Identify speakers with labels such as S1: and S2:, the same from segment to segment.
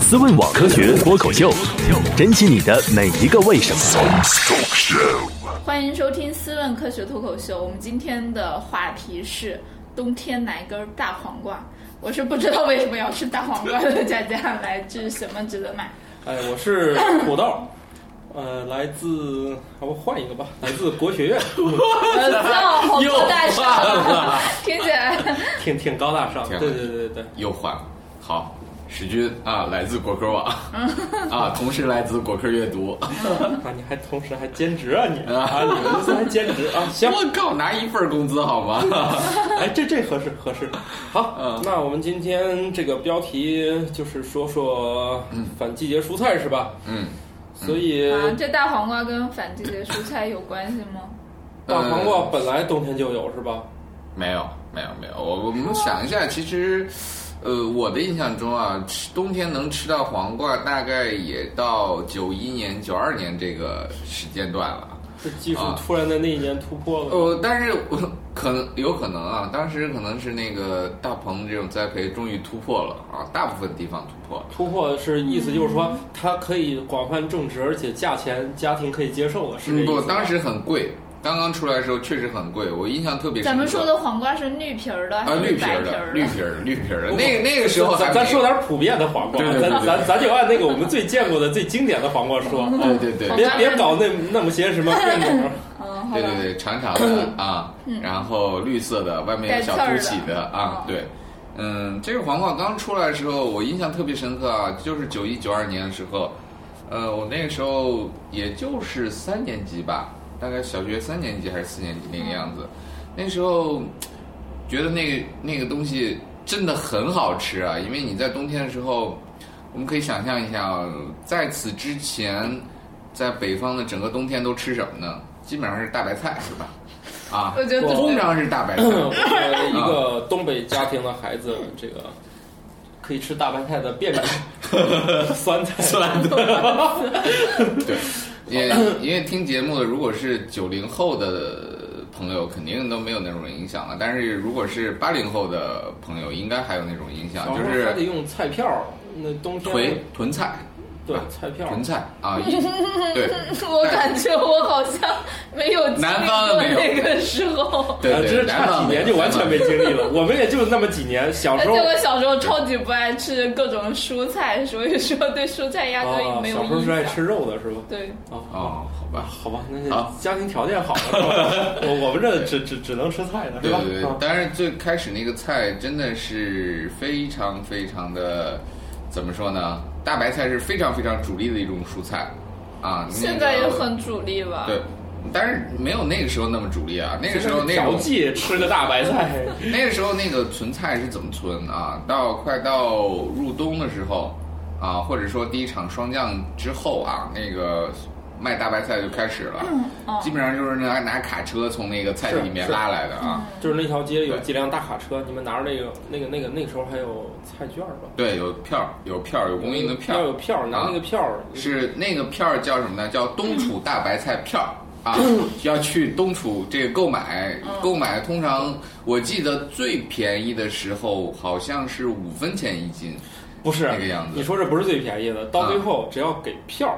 S1: 思问网科学脱口秀，珍惜你的每一个为什么。
S2: 欢迎收听《思问科学脱口秀》，我们今天的话题是冬天来根大黄瓜。我是不知道为什么要吃大黄瓜的佳佳，来自什么值得买？
S3: 哎，我 是土豆，呃，来自，要不换一个吧，来自国 学院，
S2: 呃，叫好
S3: 又
S2: 高大
S3: 换
S2: 上
S3: 了，
S2: 听起来
S3: 挺挺高大上，
S4: 挺
S3: 对
S4: 好
S3: 对对对对，
S4: 又换了。好，史军啊，来自果壳网啊，同时来自果壳阅读。
S3: 啊，你还同时还兼职啊你
S4: 啊
S3: 啊，你们这还兼职 啊，行，
S4: 我靠，拿一份工资好吗？
S3: 哎，这这合适合适。好
S4: 嗯，
S3: 那我们今天这个标题就是说说反季节蔬菜是吧？
S4: 嗯，
S3: 所以
S2: 啊，这大黄瓜跟反季节蔬菜有关系吗？
S3: 大黄瓜
S4: 呃
S3: 本来冬天就有是吧？
S4: 没有，没有，没有。我我们想一下，其实，呃，我的印象中啊，吃冬天能吃到黄瓜，大概也到九一年、九二年这个时间段了。
S3: 这技术
S4: 啊
S3: 突然在那一年突破了，
S4: 呃，但是我可能有可能啊，当时可能是那个大棚这种栽培终于突破了啊，大部分地方突破了。
S3: 突破是意思就是说它可以广泛种植，而且价钱家庭可以接受了，是这
S4: 嗯，
S3: 意思啊
S4: 不，
S3: 吗。
S4: 当时很贵，刚刚出来的时候确实很贵，我印象特别深刻。
S2: 咱们说的黄瓜是绿皮儿的
S4: 啊，
S2: 还
S4: 绿
S2: 是
S4: 皮
S2: 白
S4: 儿
S2: 皮
S4: 的，
S2: 儿
S4: 绿皮儿的，绿皮儿的，
S3: 不
S4: 那那个时候还
S3: 咱
S4: 没
S3: 咱说点普遍的黄瓜，啊
S4: 对对对
S3: 咱
S4: 对
S3: 咱咱就按那个我们最见过的、最经典的黄瓜说，
S4: 哦对对对
S2: 好
S4: 对
S3: 别别搞那那么些什么变种。
S2: 嗯，好
S4: 对
S2: 吧
S4: 对，对，长长的啊，然后绿色的，外面有小凸
S2: 带
S4: 起
S2: 刺儿的
S4: 啊
S2: 嗯，
S4: 对。嗯，这个黄瓜刚出来的时候，我印象特别深刻啊，就是九一九二年的时候，呃，我那个时候也就是三年级吧，大概小学三年级还是四年级那个样子。那时候觉得那个那个东西真的很好吃啊，因为你在冬天的时候，我们可以想象一下啊，在此之前，在北方的整个冬天都吃什么呢？基本上是大白菜，是吧？啊，
S3: 呃
S2: 我觉得
S4: 通常是 大白菜。
S3: 我作为一
S4: 啊
S3: 个东北家庭的孩子，这个可以吃大白菜的变 种酸菜，酸
S4: 对，也因为听节目的，如果是九零后的朋友，肯定都没有那种影响了。但是如果是八零后的朋友，应该还有那种影响，就
S3: 还得
S4: 是
S3: 用菜票儿，那冬天
S4: 囤囤菜，
S3: 对菜票儿。
S4: 囤菜啊，一对
S2: 我感觉我好像没有经历
S4: 南方
S2: 过
S4: 没有
S2: 那个时候。
S4: 对
S3: 啊
S4: 对，
S3: 真是
S4: 南
S3: 差
S4: 方
S3: 几年就完全没
S4: 南
S3: 经历了，我们也就那么几年。小
S2: 而
S3: 时
S2: 且
S3: 候
S2: 我小时候超级不爱吃各种蔬菜，所以说对蔬菜压根
S3: 啊，
S2: 没有
S3: 小
S2: 印
S3: 时
S2: 象。
S3: 候是爱吃肉的是吧？
S2: 对，
S4: 方哦，好吧。
S3: 好吧，那
S4: 好
S3: 就家庭条件好了，是吧 我我们这只只只能吃菜了，是
S4: 对
S3: 吧？
S4: 对对
S3: 啊，
S4: 但是最开始那个菜真的是非常非常的，怎么说呢？大白菜是非常非常主力的一种蔬菜啊。那个
S2: 现在也很主力吧？
S4: 对，但是没有那个时候那么主力啊。那个时候那
S3: 调
S4: 种
S3: 剂吃个大白菜，
S4: 那个时候那个存菜是怎么存啊？到快到入冬的时候啊，或者说第一场霜降之后啊，那个卖大白菜就开始了，
S2: 哦
S4: 基本上就是拿拿卡车从那个菜地里
S3: 是
S4: 面
S3: 是
S4: 拉来的啊。
S3: 就是那条街有
S4: 对
S3: 几辆大卡车，你们拿着那个那个那个那个时候还有菜券儿吧？
S4: 对，有票儿，有票儿，有供应的票
S3: 要
S4: 儿啊
S3: 有，票儿，拿那个票儿
S4: 是那个票儿叫什么呢？叫东楚大白菜票儿。啊， 要去东楚这个购买，购买通常我记得最便宜的时候好像是五分钱一斤，
S3: 不是
S4: 那个样子啊
S3: 你说这不是最便宜的，到最后只要给票儿，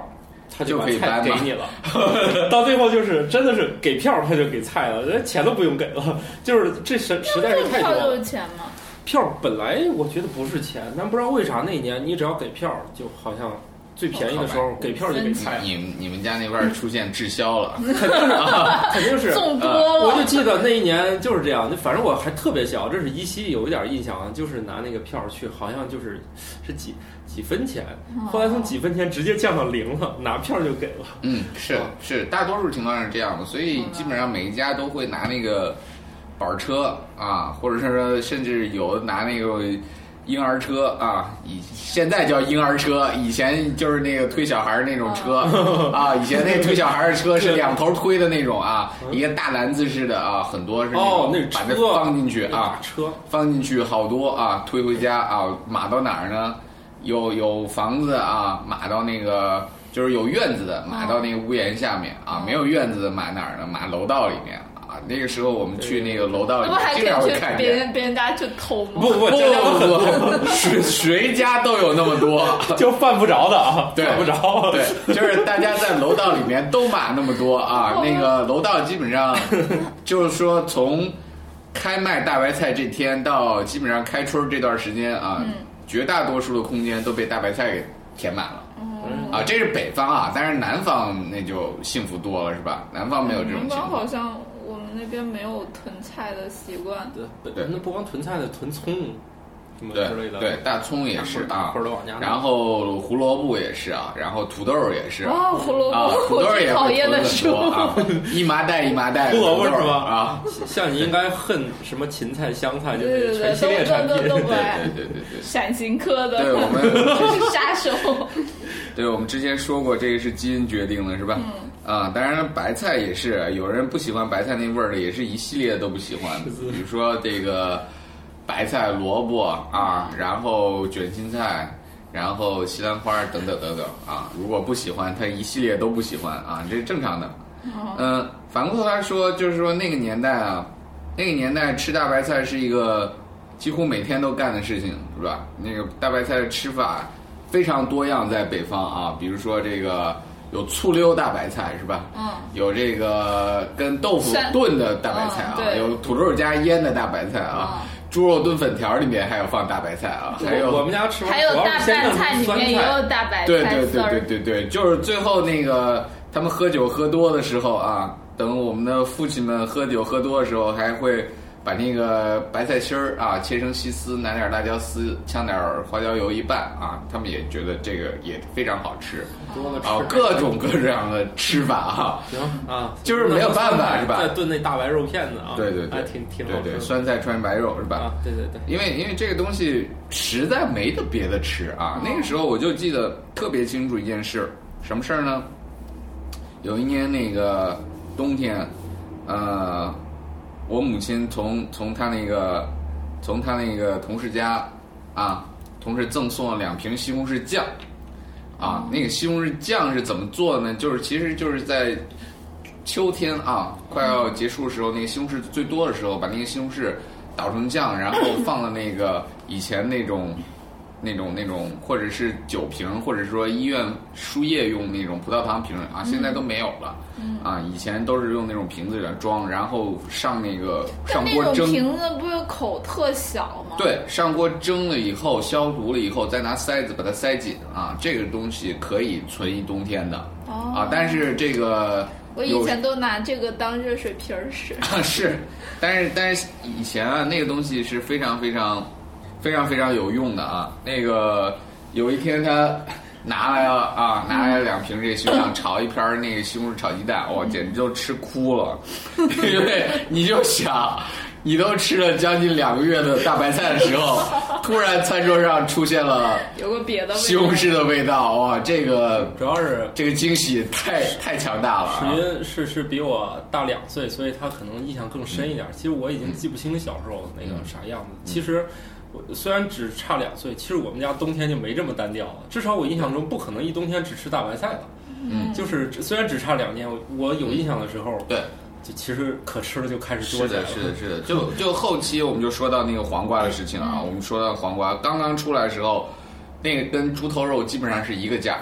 S3: 他
S4: 就
S3: 把
S4: 可以
S3: 菜
S4: 搬
S3: 给
S4: 嘛
S3: 你了。 到最后就是真的是给票儿他就给菜了，人家钱都不用给了，就是这实实在是太
S2: 票
S3: 多了
S2: 都。是钱嘛。
S3: 票儿本来我觉得不是钱，但不知道为啥那一年你只要给票儿，就好像最便宜的
S4: 哦
S3: 时候给票儿就给菜，嗯
S4: 你你你们家那边儿出现滞销了，
S3: 肯定是。啊
S2: 纵多
S3: 我就
S2: 了，
S3: 记得那一年就是这样，反正我还特别小，这是依稀有一点印象啊，就是拿那个票儿去，好像就是是几几分钱，
S4: 哦
S3: 后来从几分钱直接降到零了，拿票儿就给了。
S4: 嗯，是是，大多数情况是这样的，所以基本上每一家都会拿那个板儿车啊，或者是说甚至有的拿那个婴儿车啊，以现在叫婴儿车，以前就是那个推小孩儿那种车
S3: 哦
S4: 啊，以前那推小孩儿的 车是两头推的那种啊，一个大篮子似的啊，很多是
S3: 嗯哦，那
S4: 那
S3: 是
S4: 种把
S3: 车
S4: 它放进去啊
S3: 大，车
S4: 放进去好多啊，推回家啊，码到哪儿呢？有有房子啊，码到那个
S2: 嗯
S4: 就是有院子的，码到那个屋檐下面啊；没有院子的码哪儿呢？码楼道里面啊。那个时候我们去那个楼道
S2: 那
S4: 里
S2: 不还，可
S4: 经常
S2: 以
S4: 会
S2: 去
S4: 看
S2: 别
S4: 见。
S2: 人别人家去偷吗？，
S3: 不不，
S4: 不
S3: 家家有很
S4: 不不， 谁谁家都有那么多。
S3: 就犯不着的啊，
S4: 对
S3: 犯不着。
S4: 对，就是大家在楼道里面都买那么多啊那个楼道基本 上就是说从开卖大白菜这天到基本上开春这段时间啊，
S3: 嗯
S4: 绝大多数的空间都被大白菜给填满了。
S3: 嗯
S4: 啊，这是北方啊，但是南方那就幸福多了，是吧？南方没有这种
S2: 南
S4: 情
S2: 方
S4: 况
S2: 好。像我们那边没有囤菜的习 惯。
S3: 对对，嗯那不光囤菜的，囤葱什么
S4: 对
S3: 之类的，
S4: 对，，大葱也是啊
S3: 或，者往家拿。
S4: 然后胡萝卜也是啊，然后土豆也是啊，
S2: 哇，哦胡萝卜，
S4: 啊，土
S2: 我
S4: 豆
S2: 最
S4: 也
S2: 讨
S4: 会
S2: 厌
S4: 囤
S2: 的
S4: 很
S2: 是
S4: 多啊，一麻袋一麻袋的
S3: 胡萝卜
S4: 土豆
S3: 是吧
S4: 啊，
S3: 像你应该恨什么芹菜、香菜，就
S2: 对对
S3: 是全
S2: 对，
S3: 系列产
S2: 都都都
S3: 品。
S2: 不
S4: 对
S2: 爱。
S4: 对对对 对。
S2: 闪形科的，
S4: 对我 们
S2: 杀 手，
S4: 对，我们之前说过，这个是基因决定的，是吧？
S2: 嗯
S4: 啊，当然白菜也是，有人不喜欢白菜那味儿的，也是一系列都不喜欢。比如说这个白菜、萝卜啊，然后卷心菜，然后西兰花等等等等啊。如果不喜欢，他一系列都不喜欢啊，这是正常的。
S2: 哦
S4: 嗯、反过头来说，就是说那个年代啊，那个年代吃大白菜是一个几乎每天都干的事情，是吧？那个大白菜的吃法非常多样，在北方啊，比如说这个有醋溜大白菜，是吧？
S2: 嗯，
S4: 有这个跟豆腐
S2: 酸
S4: 炖的大白菜啊
S2: 嗯，对
S4: 有土豆加腌的大白菜啊，
S2: 嗯
S4: 猪肉炖粉条里面还有放大白菜啊， 还有
S3: 哦我们家吃完
S2: 还有
S3: 主要
S2: 大
S3: 是先
S2: 白
S3: 弄
S2: 菜里
S3: 酸
S2: 面也
S3: 菜
S2: 有大白
S4: 对
S2: 菜
S4: 对
S2: 丝
S4: 对对
S2: 儿，
S4: 对对，就是最后那个他们喝酒喝多的时候啊，等我们的父亲们喝酒喝多的时候，还会把那个白菜心儿啊切成细丝，拿点辣椒丝，呛点花椒油一拌啊，他们也觉得这个也非常好吃
S3: 多了吃
S4: 啊，各种各样的吃法啊。
S3: 行啊，
S4: 就是没有办法是吧
S3: 再炖那大白肉片子啊，
S4: 对对
S3: 还
S4: 对，
S3: 挺挺好
S4: 对
S3: 吃
S4: 对，
S3: 的
S4: 酸菜穿白肉是吧？
S3: 啊，对对对，
S4: 因为因为这个东西实在没得别的吃啊。那个时候我就记得特别清楚一件事，什么事儿呢？有一年那个冬天，呃，我母亲从从她那个从她那个同事家啊，同事赠送了两瓶西红柿酱。
S2: 哦
S4: 啊，那个西红柿酱是怎么做的呢？就是其实就是在秋天啊，快要结束的时候，那个西红柿最多的时候，把那个西红柿捣成酱，然后放到那个以前那种、那种、那种，或者是酒瓶，或者说医院输液用那种葡萄糖瓶
S2: 嗯
S4: 啊，现在都没有了。啊，以前都是用那种瓶子来装，然后上那个
S2: 但
S4: 上
S2: 那
S4: 锅
S2: 种
S4: 蒸。
S2: 瓶子不是口特小吗？
S4: 对，上锅蒸了以后，消毒了以后，再拿塞子把它塞紧啊，这个东西可以存一冬天的、
S2: 哦
S4: 啊。但是这个
S2: 我以前都拿这个当热水瓶儿使。
S4: 有 是，但是但是以前啊，那个东西是非常非常非常非常有用的啊。那个有一天他拿来了啊，拿来了两瓶这个西红柿炒一片儿那个西红柿炒鸡蛋，哇，简直都吃哭了， 因为你就想。你都吃了将近两个月的大白菜的时候，突然餐桌上出现了
S2: 有个别的味道
S4: 西红柿的味道，哇，这个
S3: 主要是
S4: 这个惊喜太太强大了、啊。
S3: 石云是是比我大两岁，所以他可能印象更深一
S4: 嗯
S3: 点。其实我已经记不清小时候那个啥样子。其实我虽然只差两岁，其实我们家冬天就没这么单调了。至少我印象中不可能一冬天只吃大白菜了。
S4: 嗯，
S3: 就是虽然只差两年，我我有印象的时候，
S4: 对，
S3: 就其实可吃的就开始多
S4: 是
S3: 起来
S4: 的，
S3: 了。
S4: 是的，是的。就就后期我们就说到那个黄瓜的事情啊，我们说到黄瓜刚刚出来的时候，那个跟猪头肉基本上是一个价。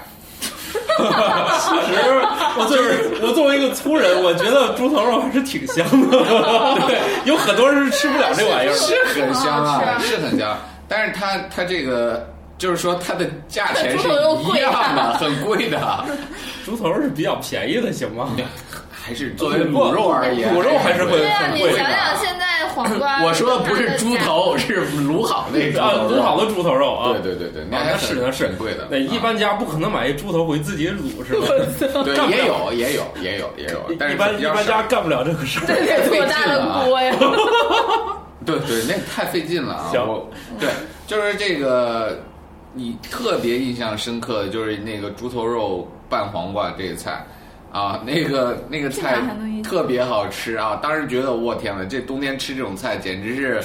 S3: 其实我作为我作为一个粗人，我觉得猪头肉还是挺香的。 对，有很多人是吃不了这玩意儿的。
S4: 是很香
S2: 很
S4: 啊，
S2: 好吃
S4: 是很香。但是它它这个就是说它的价钱
S2: 猪
S4: 是
S2: 头肉
S4: 一
S2: 贵啊
S4: 样的，很贵的，
S3: 猪头是比较便宜的，行吗？
S4: 还是作为卤肉而言，
S3: 卤肉还是会
S2: 对啊，
S3: 很
S2: 你
S3: 贵
S2: 想
S3: 的。
S2: 想现在啊黄瓜，
S4: 我说的不是猪，头，是卤好那个
S3: 啊，卤好的猪头肉啊，
S4: 对对对哦对，那
S3: 啊
S4: 还
S3: 那
S4: 很
S3: 是那是
S4: 很贵的。
S3: 对，一般家不可能买一猪头回自己卤是吧？
S4: 啊对
S3: 干不了
S4: 也有也有也有也有， 但是
S3: 一般
S4: 比
S3: 一
S4: 较
S3: 般
S4: 少
S3: 家干不了这个事儿。
S2: 这得多大
S4: 啊
S2: 的锅 呀！
S4: 对对，那太费劲了啊！
S3: 行
S4: 我对，就是这个，你特别印象深刻的就是那个猪头肉拌黄瓜这个菜啊， 那个那个菜
S2: 这哪还能一起
S4: 特别好吃啊！当时觉得我天呐，这冬天吃这种菜简直是。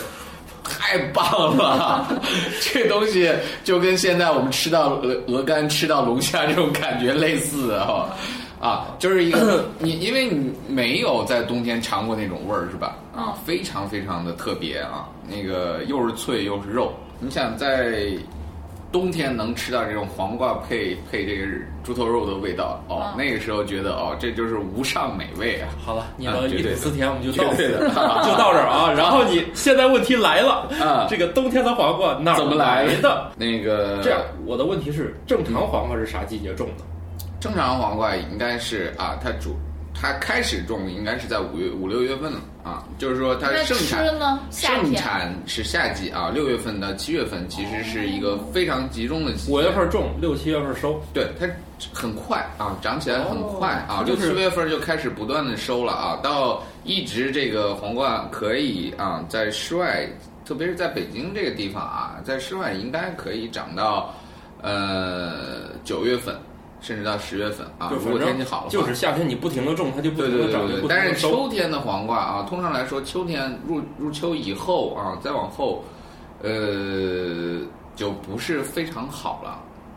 S4: 太棒了， 这东西就跟现在我们吃到鹅鹅肝、吃到龙虾这种感觉类似啊、啊，就是 一个你，因为你没有在冬天尝过那种味儿是吧？啊
S2: 嗯，
S4: 非常非常的特别啊，那个又是脆又是肉，你想在冬天能吃到这种黄瓜配配这个猪头肉的味道哦，
S2: 嗯
S4: 那个时候觉得哦，这就是无上美味啊。
S3: 好了，你
S4: 啊
S3: 的
S4: 绝
S3: 忆
S4: 对
S3: 苦
S4: 的
S3: 思甜我们就
S4: 绝
S3: 到此，
S4: 对的
S3: 就到这儿 啊。然后你现在问题来了，
S4: 啊
S3: 这个冬天的黄瓜哪儿
S4: 怎么
S3: 来
S4: 来嗯
S3: 的？
S4: 那个
S3: 这样，我的问题是，正常黄瓜是啥季节种的？
S4: 嗯正常黄瓜应该是啊，它主它开始种应该是在五月五六月份了啊，就是说它
S2: 那
S4: 盛
S2: 吃
S4: 产
S2: 呢？夏
S4: 盛
S2: 天
S4: 产是夏季啊，六月份到七月份其实是一个非常集中的季节。
S3: 五月份种，六七月份收。
S4: 对它很快啊，长起来很快啊
S3: 哦，
S4: 六
S3: 就
S4: 七
S3: 是
S4: 月份就开始不断的收了啊，到一直这个黄瓜可以啊在室外，特别是在北京这个地方啊，在室外应该可以长到呃九月份，甚至到十月份啊，
S3: 就
S4: 如
S3: 反
S4: 果
S3: 正
S4: 天气好的话，
S3: 就是夏天你不停的种，它就不
S4: 对
S3: 停
S4: 对
S3: 的
S4: 对
S3: 长，
S4: 对
S3: 就不停
S4: 对，但
S3: 的
S4: 是
S3: 收。
S4: 秋天的黄瓜啊，通常来说，秋天入入秋以后啊，再往后，呃，就不是非常好了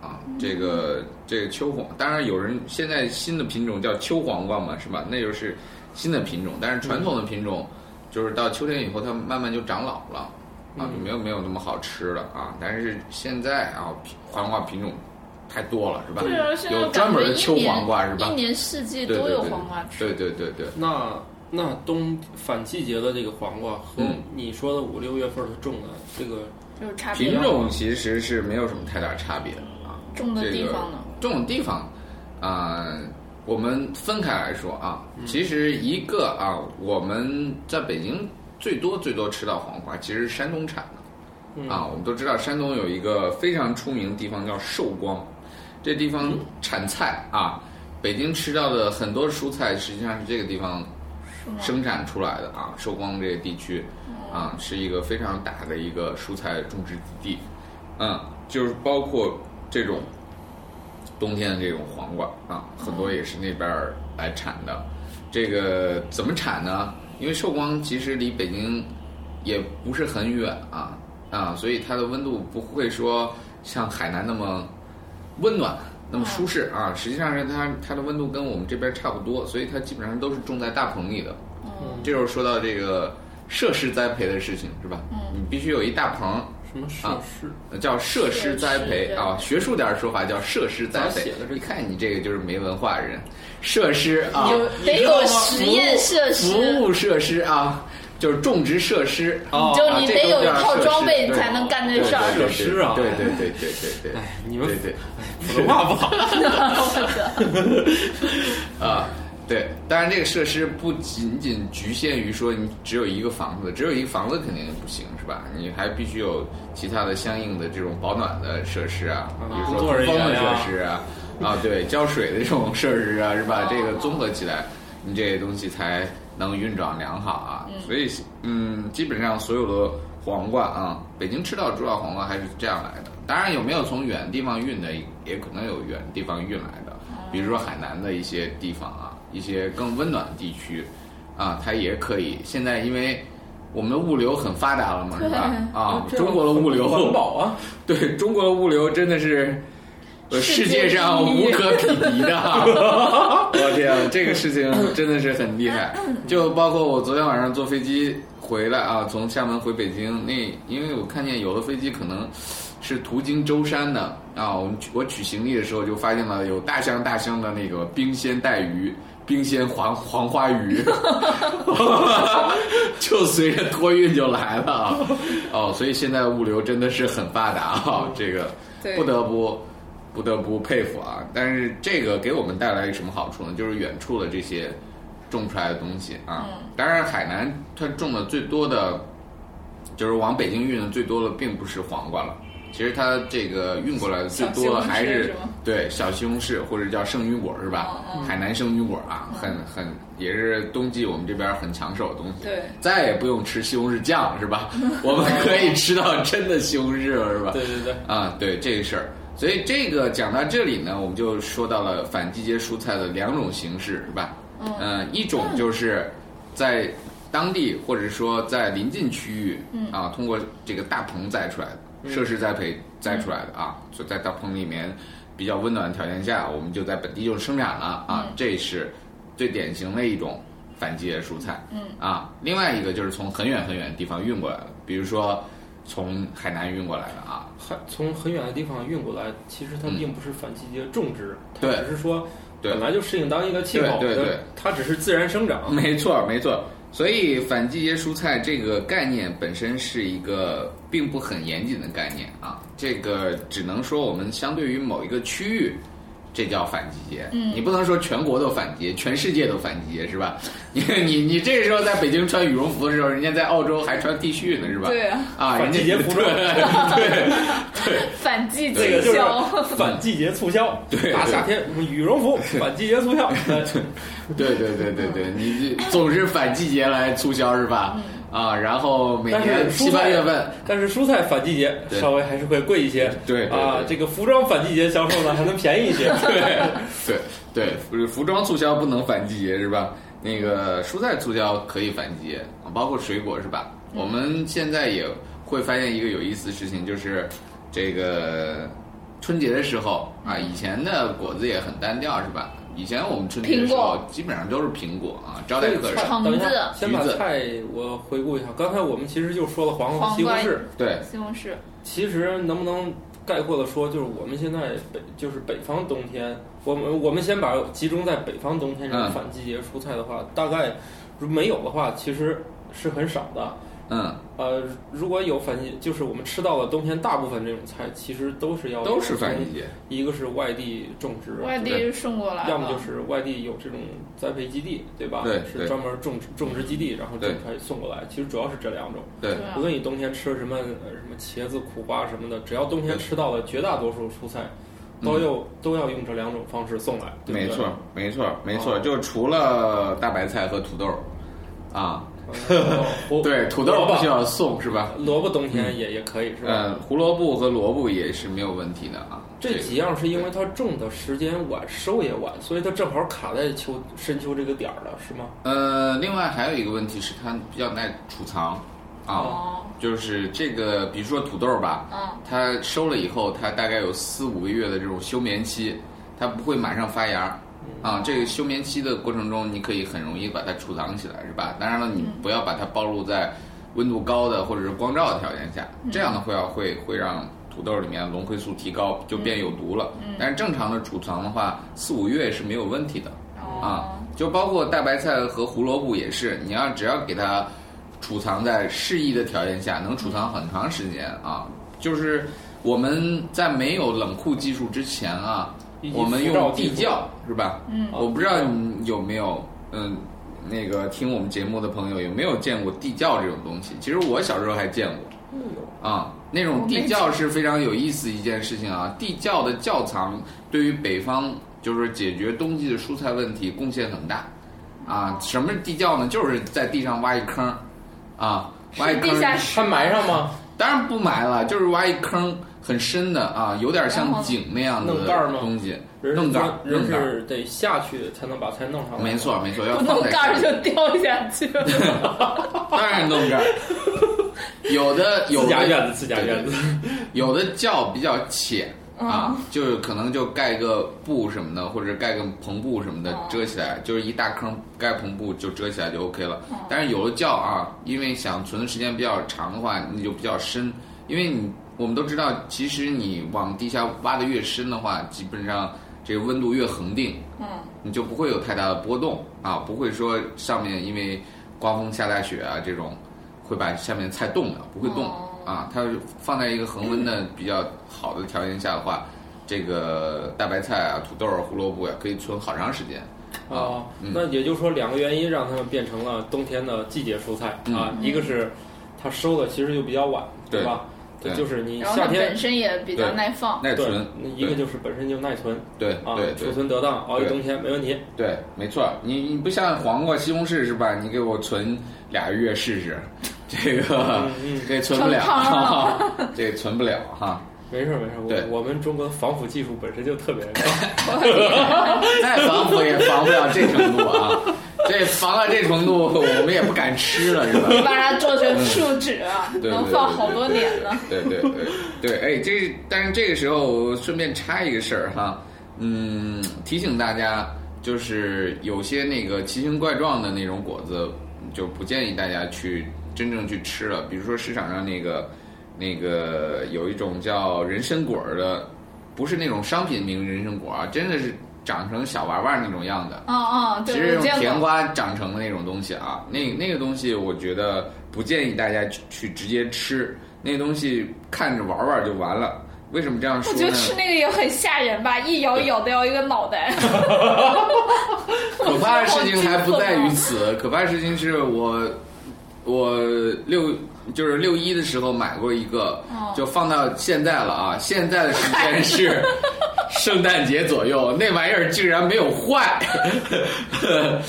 S4: 啊。这个这个秋黄，当然有人现在新的品种叫秋黄瓜嘛，是吧？那就是新的品种，但是传统的品种就是到秋天以后，它慢慢就长老了啊，就没有没有那么好吃了啊。但是现在啊，品黄瓜品种太多了，是吧
S2: 对啊，现？在
S4: 有
S2: 感
S4: 专门
S2: 觉
S4: 的
S2: 一
S4: 秋
S2: 年
S4: 黄瓜是吧
S2: 一？年四季
S4: 对
S2: 都
S4: 对
S2: 有
S4: 对
S2: 黄瓜吃。
S4: 对对对对。
S3: 那那冬反季节的这个黄瓜和
S4: 嗯
S3: 你说的五六月份种的这个，
S2: 就是差别
S4: 品种其实是没有什么太大差别的啊。
S2: 种的
S4: 这
S2: 地
S4: 个
S2: 方呢，
S4: 这种地方，啊、我们分开来说啊，
S2: 嗯
S4: 其实一个啊，我们在北京最多最多吃到黄瓜，其实是山东产
S3: 嗯
S4: 的啊。我们都知道山东有一个非常出名的地方叫寿光，这地
S2: 嗯
S4: 方产菜啊，北京吃到的很多蔬菜实际上是这个地方
S2: 是吗？嗯
S4: 生产出来的啊，寿光这个地区啊，是一个非常大的一个蔬菜种植基地，嗯，就是包括这种冬天的这种黄瓜啊，很多也是那边儿来产的。这个怎么产呢？因为寿光其实离北京也不是很远啊啊，所以它的温度不会说像海南那么温暖。那么舒适啊，实际上是它它的温度跟我们这边差不多，所以它基本上都是种在大棚里的。
S2: 嗯，
S4: 这就是说到这个设施栽培的事情，是吧？
S2: 嗯
S4: 你必须有一大棚，
S3: 什么设
S4: 啊
S3: 施？
S4: 呃叫设施栽
S2: 设施
S4: 培
S2: 对
S4: 啊，学术点儿说法叫设施栽
S3: 咋
S4: 培。
S3: 写的这
S4: 一看你这个就是没文化人，设施啊，
S2: 有得
S4: 你知道吗
S2: 有实验设
S4: 服务
S2: 施
S4: 服，务 设施啊，就是种植设施。啊
S3: 哦
S2: 就你
S4: 这
S2: 得
S4: 都
S2: 有一
S4: 叫
S2: 套
S4: 设施
S2: 装备，你
S4: 对
S2: 才能干
S4: 对
S2: 这
S4: 对
S2: 事儿。
S4: 对
S3: 设施啊
S4: 对对对对对对，
S3: 哎，你们
S4: 对对。
S3: 普通话不好。
S4: 啊，对，当然这个设施不仅仅局限于说你只有一个房子，只有一个房子肯定不行，是吧？你还必须有其他的相应的这种保暖的设施 啊，比
S3: 工
S4: 如说
S3: 作人
S4: 通风的
S3: 员哦啊
S4: 设施啊，啊，对，浇水的这种设施啊，是吧？这个综合起来，你这些东西才能运转良好啊。所以，嗯，基本上所有的黄瓜啊，北京吃到主要黄瓜还是这样来的。当然，有没有从远地方运的，也可能有远地方运来的，
S3: 哦
S4: 比如说海南的一些地方啊，一些更温暖的地区啊，它也可以。现在因为我们的物流很发达了嘛，是吧？啊，
S3: 这样
S4: 中国的物流
S3: 很环保啊，
S4: 对中国的物流真的是。呃
S2: 世
S4: 世
S2: 界
S4: 界上
S2: 第一
S4: 无可匹敌的啊，我天，啊这个事情真的是很厉害。就包括我昨天晚上坐飞机回来啊，从厦门回北京，那因为我看见有的飞机可能是途经舟山的啊，我们取我取行李的时候就发现了有大箱大箱的那个冰鲜带鱼、冰鲜黄黄花鱼， 就随着托运就来了啊。哦，所以现在物流真的是很发达啊，这个
S2: 嗯对
S4: 不得不不得不佩服啊！但是这个给我们带来什么好处呢？就是远处的这些种出来的东西啊。
S2: 嗯
S4: 当然，海南它种的最多的，就是往北京运的最多的，并不是黄瓜了。其实它这个运过来的最
S2: 小西红柿
S4: 多的还
S2: 是吗哦
S4: 对小西红柿或者叫圣女果是吧？海南圣女果啊，很很也是冬季我们这边很抢手的东西。
S2: 对
S4: 再也不用吃西红柿酱是吧？我们可以吃到真的西红柿了是吧？
S3: 对对对，
S4: 啊，对这个事儿。所以这个讲到这里呢，我们就说到了反季节蔬菜的两种形式，是吧？
S2: 哦
S4: 嗯、一种就是在当地或者说在临近区域，嗯啊，通过这个大棚栽出来的设施栽培摘出来的啊，就在大棚里面比较温暖的条件下，我们就在本地就生产了啊，
S2: 嗯
S4: 这是最典型的一种反季节蔬菜。
S2: 嗯
S4: 啊，另外一个就是从很远很远的地方运过来的，比如说从海南运过来的啊，
S3: 还从很远的地方运过来，其实它
S4: 嗯
S3: 并不是反季节种植，它
S4: 对
S3: 只是说
S4: 对
S3: 本来就适应当一个气候，
S4: 对对对嗯
S3: 它只是自然生长。
S4: 没错，没错。所以反季节蔬菜这个概念本身是一个并不很严谨的概念啊，这个只能说我们相对于某一个区域，这叫反季节。
S2: 嗯
S4: 你不能说全国都反季节，全世界都反季节是吧？ 你你你这时候在北京穿羽绒服的时候，人家在澳洲还穿 T 恤呢是吧？
S2: 对啊，
S4: 啊，人
S3: 反
S4: 家
S3: 季节服装，
S2: 反季
S3: 这个
S2: 节
S3: 就是
S2: 销，
S3: 反季节促销，
S4: 对
S3: 大
S4: 对
S3: 夏天羽绒服反季节促 销，呃对
S4: 对对对对对，你这总是反季节来促销是吧？
S2: 嗯
S4: 啊，然后每
S3: 但是
S4: 年七
S3: 蔬
S4: 八
S3: 菜
S4: 月份，
S3: 但是蔬菜反季节
S4: 对
S3: 稍微还是会贵一些，
S4: 对对对
S3: 啊，这个服装反季节销售呢还能便宜一些， 对，
S4: 对对，服服装促销不能反季节是吧？那个蔬菜促销可以反季节，啊包括水果是吧？我们现在也会发现一个有意思的事情，就是这个春节的时候啊，以前的果子也很单调是吧？以前我们春节的时
S2: 苹
S4: 候基本上都是苹果啊，招待客人。
S2: 橙
S3: 等一
S2: 子
S3: 下，先把
S4: 橘子
S3: 菜我回顾一下。刚才我们其实就说了黄瓜、
S2: 黄
S3: 西红
S2: 瓜
S3: 柿，
S4: 对，
S2: 西红柿，
S3: 其实能不能概括的说，就是我们现在北就是北方冬天，我们我们先把集中在北方冬天这种
S4: 嗯
S3: 反季节蔬菜的话，大概如没有的话，其实是很少的。
S4: 嗯，
S3: 呃，如果有反季，就是我们吃到了冬天大部分这种菜，其实都是要
S4: 都是反季，节。
S3: 一个是外地种植，
S2: 外地送过来的，
S3: 要么就是外地有这种栽培基地，对吧？
S4: 对对
S3: 是专门种植种植基地，然后种
S4: 对
S3: 出来送过来。其实主要是这两种。
S4: 对
S2: 对啊
S3: 无论你冬天吃什么呃什么茄子、苦瓜什么的，只要冬天吃到的绝大多数蔬菜，都要、都要用这两种方式送来，对不对？
S4: 嗯没错，没错，没错，
S3: 哦
S4: 就除了大白菜和土豆，啊，
S3: 呃。胡
S4: 对，土豆不需要送是吧？
S3: 萝卜冬天也、也可以是吧？
S4: 嗯，胡萝卜和萝卜也是没有问题的啊。
S3: 这几样是因为它种的时间晚，收也晚，所以它正好卡在秋深秋这个点儿了，是吗？
S4: 呃，另外还有一个问题是它比较耐储藏啊，
S2: 哦，
S4: 就是这个，比如说土豆吧，
S2: 嗯
S4: 它收了以后，它大概有四五个月的这种休眠期，它不会马上发芽。啊，这个休眠期的过程中，你可以很容易把它储藏起来，是吧？当然了，你不要把它暴露在温度高的或者是光照的条件下，这样的话会会让土豆里面龙葵素提高，就变有毒了。但是正常的储藏的话，四五月是没有问题的。啊
S2: 哦，，
S4: 就包括大白菜和胡萝卜也是，你要只要给它储藏在适宜的条件下，能储藏很长时间啊。就是我们在没有冷库技术之前啊
S3: 以，及
S4: 我们
S3: 辐照
S4: 用
S3: 技
S4: 地
S3: 术
S4: 窖是吧？嗯，
S2: 啊
S4: 我不知道你有没有嗯。那个听我们节目的朋友有没有见过地窖这种东西？其实我小时候还见过，
S2: 嗯
S4: 啊，那种地窖是非常有意思一件事情啊。地窖的窖藏对于北方就是解决冬季的蔬菜问题贡献很大啊。什么是地窖呢？就是在地上挖一坑啊，挖一
S2: 是
S4: 坑，
S2: 地下室
S3: 它埋上吗？
S4: 当然不埋了，就是挖一坑很深的啊，有点
S2: 然后
S4: 像
S2: 呢
S4: 井那样子
S3: 弄盖
S4: 的
S3: 儿吗
S4: 东西，
S3: 人
S4: 弄
S3: 是
S4: 盖儿，
S3: 人
S4: 弄盖儿，
S3: 是得下去才能把菜弄上来。
S4: 没错没错，要
S2: 不
S4: 放
S2: 弄
S4: 在
S2: 盖
S4: 下
S2: 儿
S4: 面
S2: 就掉下去了，
S4: 当然弄盖儿。有的有
S3: 自家
S4: 的
S3: 院子，自家院 子。
S4: 啊有的窖比较浅啊，就是可能就盖个布什么的，或者盖个篷布什么的
S2: 哦
S4: 遮起来，就是一大坑盖篷布就遮起来就 OK 了。但是有的窖啊，因为想存的时间比较长的话，你就比较深，因为你我们都知道，其实你往地下挖的越深的话，基本上这个温度越恒定，
S2: 嗯，
S4: 你就不会有太大的波动啊，不会说上面因为刮风下大雪啊这种会把下面菜冻了，不会冻、
S2: 哦
S4: 啊。它放在一个恒温的比较好的条件下的话，这个大白菜啊、土豆啊、胡萝卜呀、可以存好长时间。
S3: 啊，
S4: 嗯
S3: 那也就是说两个原因让它们变成了冬天的季节蔬菜啊，一
S2: 嗯
S3: 个是它收的其实就比较晚，
S4: 嗯对
S3: 吧？这
S4: 对
S3: 就是你
S2: 然后它
S3: 夏天
S2: 本身也比较
S4: 对
S2: 耐放，
S4: 耐
S3: 对
S4: 存，，
S3: 那一个就是本身就耐存
S4: 对
S3: 啊
S4: 对，
S3: 储
S4: 对
S3: 存得当，熬一
S4: 对
S3: 冬天没问题。
S4: 对，没错。你你不像黄瓜、西红柿是吧？你给我存俩月试试，这个
S3: 嗯嗯
S4: 这存不
S2: 成
S4: 了，
S2: 汤
S4: 哈
S2: 了
S4: 哈 这存不了哈。
S3: 没事儿没事儿，
S4: 对
S3: 我我们中国的防腐技术本身就特别高，
S4: 再防腐也防不了这程度啊！这防到这程度，我们也不敢吃了，是吧？
S2: 把它做成树脂啊，
S4: 嗯对
S2: 能放好多年了。
S4: 对对对对，哎，这但是这个时候我顺便插一个事儿哈，嗯，提醒大家，就是有些那个奇形怪状的那种果子，就不建议大家去真正去吃了。比如说市场上那个那个有一种叫人参果儿的，不是那种商品名人参果啊，真的是长成小娃娃那种样的。
S2: 哦哦，
S4: 其实
S2: 对，我
S4: 用
S2: 见
S4: 甜
S2: 过。
S4: 瓜长成的那种东西啊，那那个东西我觉得不建议大家去去直接吃，那东西看着玩玩就完了。为什么这样说
S2: 我觉
S4: 呢
S2: 得？吃那个也很吓人吧，一咬咬掉一个脑袋。
S4: 可怕的事情还不在于
S2: 我
S4: 此，可怕的事情是我我六就是六一的时候买过一个，
S2: 哦
S4: 就放到现在了啊，现在的时间是圣诞节左右，那玩意儿竟然没有坏。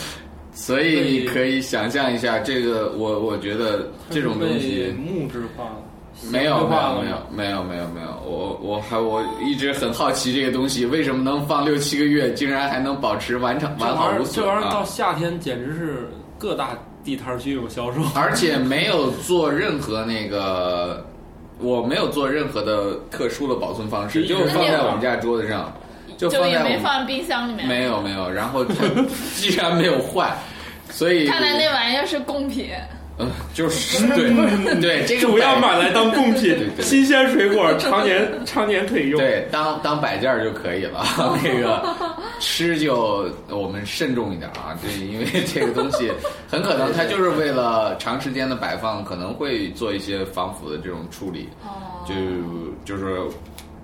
S4: 所以你可以想象一下，这个我我觉得这种东
S3: 被
S4: 西
S3: 木质化了，
S4: 没有
S3: 形式
S4: 没
S3: 化
S4: 有
S3: 了
S4: 没有没有没有没有，我我还我一直很好奇这个东西为什么能放六七个月，竟然还能保持完整
S3: 这
S4: 完好
S3: 玩意
S4: 无
S3: 儿
S4: 损
S3: 这玩意儿
S4: 啊
S3: 到夏天简直是各大地摊儿均有销售。
S4: 而且没有做任何那个，我没有做任何的特殊的保存方式，就放在我们家桌子上，就放
S2: 就也
S4: 在
S2: 没
S4: 我们
S2: 放冰箱里面。
S4: 没有没有，然 后它既然没有坏，所以
S2: 看来那玩意儿是贡品。
S4: 嗯就是对对哎这个
S5: 主要
S4: 摆
S5: 买来当贡品
S4: 对，对
S5: 新鲜水果常年常年可以用。
S4: 对当当摆件儿就可以 了，那个吃就我们慎重一点啊，这因 为这个东西很可能它就是为了长时间的摆放，可能会做一些防腐的这种处理。
S2: 哦，
S4: 就就是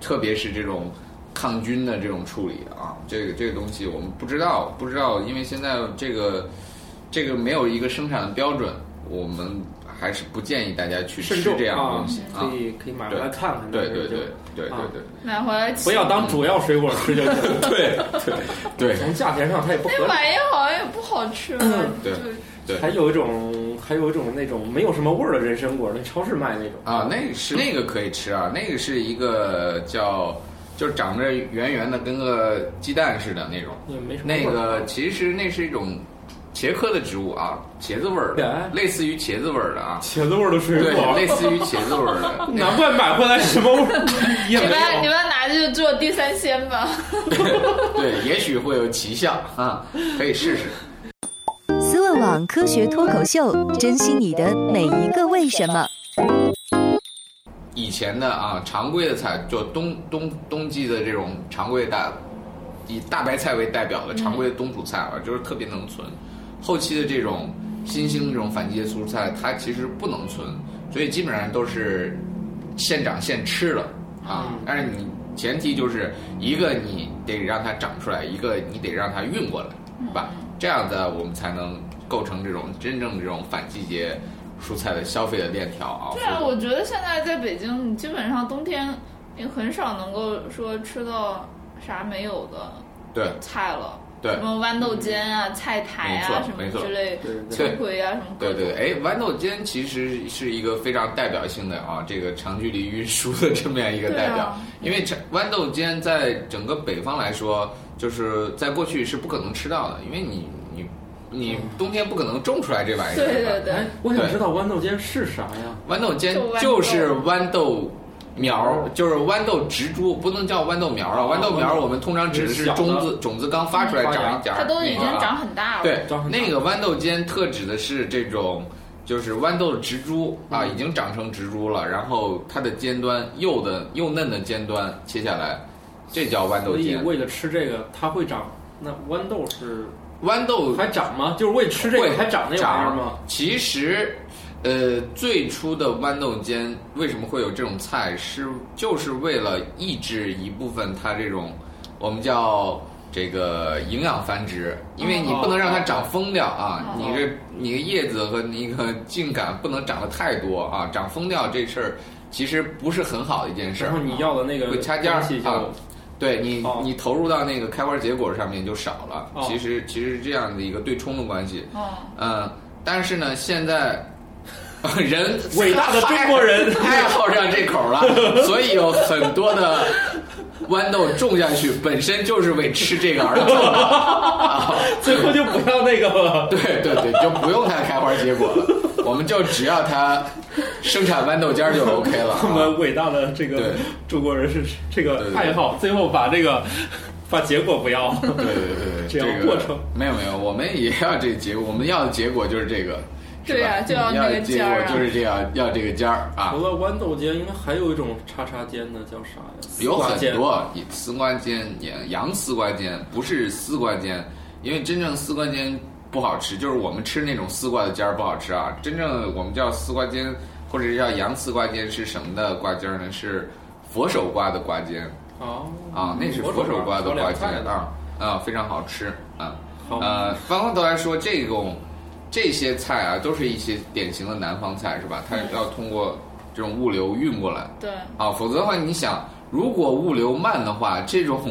S4: 特别是这种抗菌的这种处理啊，这个这个东西我们不知道，不知道，因为现在这个这个没有一个生产的标准，我们还是不建议大家去吃
S5: 慎重
S4: 这样的
S5: 啊
S4: 东西，啊
S5: 可。以可以买回
S4: 对
S5: 来看看。
S4: 对
S5: 但
S4: 对
S5: 是就
S4: 对对对
S5: 啊
S4: 对
S2: 买回来
S5: 不
S2: 吃。
S5: 要当主要水果吃就行。对，
S3: 啊
S4: 对
S5: 从价钱上它也不合
S2: 那
S5: 理。
S2: 玩意儿好像也不好吃啊吧？
S4: 嗯对
S2: 就
S4: 对
S5: 还有一种，还有一种那种没有什么味儿的人参果，那超市卖那种
S4: 啊，那个是那个可以吃啊，那个是一个叫就是长着圆圆的，跟个鸡蛋似的那种。
S5: 也没什么味
S4: 那
S5: 儿
S4: 个其实那是一种茄科的植物啊，茄子味儿的，
S5: 对
S4: 类似于茄子味儿的啊。
S5: 茄子味儿的水
S4: 对，
S5: 果
S4: 类，似于茄子味儿的。
S5: 难怪买回来什么味儿也
S2: 你
S5: 没
S2: 们你
S5: 有。
S2: 们拿去做地三鲜吧。
S4: 对，也许会有奇效啊，可以试试。
S6: 思问网科学脱口秀，珍惜你的每一个为什么。
S4: 以前的啊，常规的菜，就冬冬冬季的这种常规大，以大白菜为代表
S2: 嗯
S4: 的常规的冬储菜啊，就是特别能存。后期的这种新兴这种反季节蔬菜，它其实不能存，所以基本上都是现长现吃了啊。
S2: 嗯
S4: 但是你前提就是一个你得让它长出来，一个你得让它运过来，
S2: 嗯
S4: 是吧？这样的我们才能构成这种真正这种反季节蔬菜的消费的链条啊。
S2: 对啊，我觉得现在在北京，你基本上冬天也很少能够说吃到啥没有的
S4: 对
S2: 菜了，
S4: 对嗯
S2: 什么豌豆尖啊、菜苔啊什
S4: 没
S2: 么
S4: 错
S2: 之类
S5: 对对，对
S2: 秋葵啊什么各
S4: 对
S2: 种。
S4: 对，对哎，豌豆尖其实是一个非常代表性的啊，这个长距离运输的这么样一个代
S2: 对
S4: 表
S2: 啊。
S4: 因为长豌豆尖在整个北方来说，就是在过去是不可能吃到的，因为你你你冬天不可能种出来这玩意儿。
S2: 对
S4: 是吧
S2: 对对
S5: 哎，我想知道豌豆尖是啥呀？
S4: 豌豆尖
S2: 就豌豆
S4: 就是豌豆苗，就是豌豆植株，不能叫豌豆苗了。豌豆苗我们通常指的是
S5: 小的
S4: 种子，种子刚发出来
S5: 发芽
S4: 长一点儿，
S2: 嗯它都已
S4: 那个啊
S2: 经长很大了。
S4: 对
S5: 长，很大
S4: 那个豌豆尖特指的是这种，就是豌豆的植株啊，
S5: 嗯
S4: 已经长成植株了，然后它的尖端幼的幼嫩的尖端切下来，这叫豌豆
S5: 所以
S4: 尖。
S5: 为了吃这个，它会长。那豌豆是
S4: 豌豆
S5: 还长吗？就是为吃这
S4: 会
S5: 个还长那玩意儿吗？
S4: 其实，呃，最初的豌豆尖为什么会有这种菜，是就是为了抑制一部分它这种我们叫这个营养繁殖，因为你不能让它长疯掉啊，
S2: 哦
S4: 你这你的叶子和你个茎秆不能长得太多啊，长疯掉这事儿其实不是很好的一件事
S5: 然
S4: 儿
S5: 后。你要的那个
S4: 会掐尖儿
S5: 东西
S4: 啊
S5: 就
S4: 对你
S5: 哦，
S4: 你投入到那个开花结果上面就少了
S5: 哦。
S4: 其实，其实这样的一个对冲的关系，
S2: 嗯，
S4: 嗯，但是呢，现在 人
S5: 伟大的中国人
S4: 太好上这口了，所以有很多的豌豆种下去本身就是为吃这个而种的，
S5: 最后就不要那个
S3: 啊
S5: 了。
S4: 对对对，就不用它开花结果了，我们就只要它生产豌豆尖儿就 OK 了
S3: 我
S4: 啊。
S3: 们伟大的这个
S4: 对
S3: 中国人是这
S4: 对
S3: 个
S4: 对
S3: 爱好，最后把这个把结果不要。
S4: 对对对对，
S3: 只要
S4: 这个
S3: 过程
S4: 没有没有，我们也要这结果，我们要的结果就是这个。是
S2: 对
S4: 吧
S2: 啊就要
S4: 你
S2: 那
S4: 要
S2: 个
S4: 的结
S2: 尖
S4: 果
S2: 儿啊
S4: 就是这样，要这个尖儿 啊
S3: 除。了豌豆尖，应该还有一种叉叉尖的叫啥呀？
S4: 有
S3: 丝瓜
S4: 很
S3: 尖。
S4: 多丝瓜尖，羊洋丝瓜尖，不是丝瓜尖，因为真正丝瓜尖不好吃，就是我们吃那种丝瓜的尖儿不好吃啊。真正我们叫丝瓜尖，或者是叫洋丝瓜尖是什么的瓜尖儿呢？是佛手瓜的瓜尖
S3: 哦
S4: 啊，那是佛手瓜的瓜尖啊啊，非常好吃啊。
S3: 好
S4: 呃，翻过头来说，这种这些菜啊，都是一些典型的南方菜，是吧？它要通过这种物流运过来。
S2: 对，
S4: 啊，否则的话，你想，如果物流慢的话，这种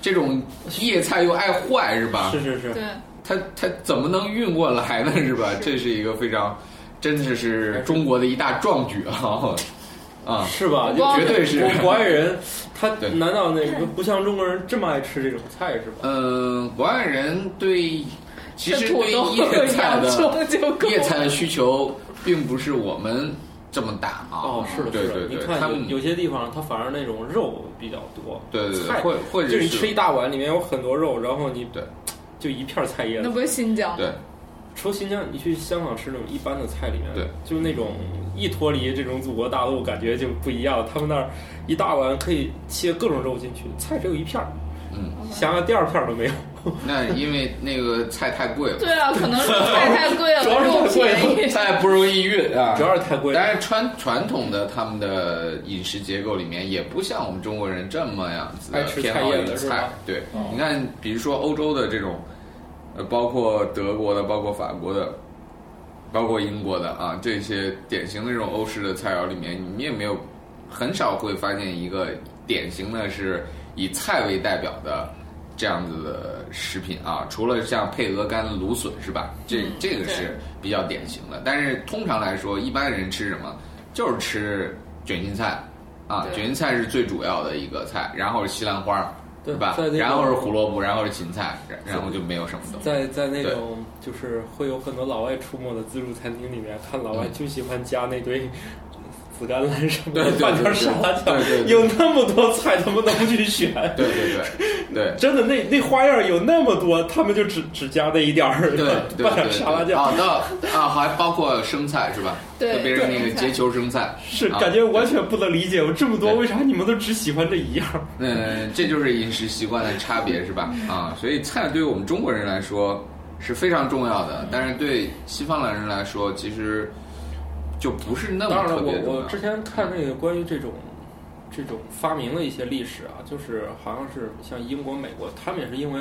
S4: 这种叶菜又爱坏是吧？
S3: 是是是，
S2: 对，
S4: 它它怎么能运过来呢？是吧？这是一个非常，真的是中国的一大壮举啊！啊，
S5: 是吧？
S2: 不光
S4: 绝对是。
S3: 国国外人他
S4: 对
S3: 难道那个不像中国人这么爱吃这种菜是吧？
S4: 呃，国外人对其
S2: 这
S4: 实
S2: 土
S4: 对
S2: 豆
S4: 叶菜
S2: 洋
S4: 的
S2: 葱就够
S4: 叶菜的需求，并不是我们这么大啊。
S3: 哦，是的，
S4: 对
S3: 是的。
S4: 对
S3: 你
S4: 对，他
S3: 看
S4: 们
S3: 有有些地方，它反而那种肉比较多，
S4: 对对对，
S3: 菜
S4: 或或者
S3: 就是你吃一大碗，里面有很多肉，然后你
S4: 对
S3: 就一片菜叶
S2: 那
S3: 子。
S2: 不是新疆
S4: 对
S2: 吗？
S3: 除新疆，你去香港吃那种一般的菜，里面
S4: 对，
S3: 就是那种一脱离这种祖国大陆，感觉就不一样了。他们那儿一大碗可以切各种肉进去，菜只有一片儿，
S4: 嗯，
S3: 想想第二片儿都没有。
S4: 那因为那个菜太贵了。
S2: 对啊，可 能肉菜太贵
S3: 主要
S2: 了，
S3: 是
S2: 肉
S3: 太贵了
S2: 便宜。
S4: 菜不容易运啊
S3: 主。要是太贵了。
S4: 但是传传统的他们的饮食结构里面，也不像我们中国人这么样子的
S3: 爱吃
S4: 偏
S3: 菜
S4: 好
S3: 叶
S4: 于
S3: 的是
S4: 菜
S3: 吧。
S4: 对
S3: 哦，
S4: 你看，比如说欧洲的这种，呃，包括德国的，包括法国的，包括英国的啊，这些典型的这种欧式的菜肴里面，你也没有很少会发现一个典型的是以菜为代表的。这样子的食品啊，除了像配鹅肝、芦笋是吧？这
S2: 嗯
S4: 这个是比较典型的。但是通常来说，一般人吃什么就是吃卷心菜啊，
S2: 对
S4: 卷心菜是最主要的一个菜，然后是西兰花，
S3: 对
S4: 吧
S3: 在那？个
S4: 然后是胡萝卜，然后是芹菜，然然后就没有什么东西。
S3: 在 在那种就是会有很多老外出没的自助餐厅里面，看老外就喜欢加那堆紫甘蓝什么的
S4: 嗯对，对
S3: 放
S4: 对
S3: 点沙拉酱
S4: 对对，对
S3: 有那么多菜，他们能去选？
S4: 对对对对。
S3: 真的，那那花样有那么多，他们就只只加那一点儿，
S4: 对对对
S3: 放点沙拉
S4: 对
S3: 酱，
S4: 啊，那啊还包括生菜是吧？
S2: 对
S4: 特别是那个
S2: 生菜
S4: 结球生菜，
S3: 是
S4: 啊
S3: 感觉完全不能理解，我这么多，
S4: 对
S3: 为啥你们都只喜欢这一样？
S4: 嗯，这就是饮食习惯的差别，是吧？啊，所以菜对于我们中国人来说是非常重要的，但是对西方的人来说，其实就不是那
S3: 当
S4: 么
S3: 然了，
S4: 特
S3: 我
S4: 别重
S3: 我
S4: 要
S3: 之。前看那个关于这种这种发明的一些历史啊，就是好像是像英国、美国，他们也是因为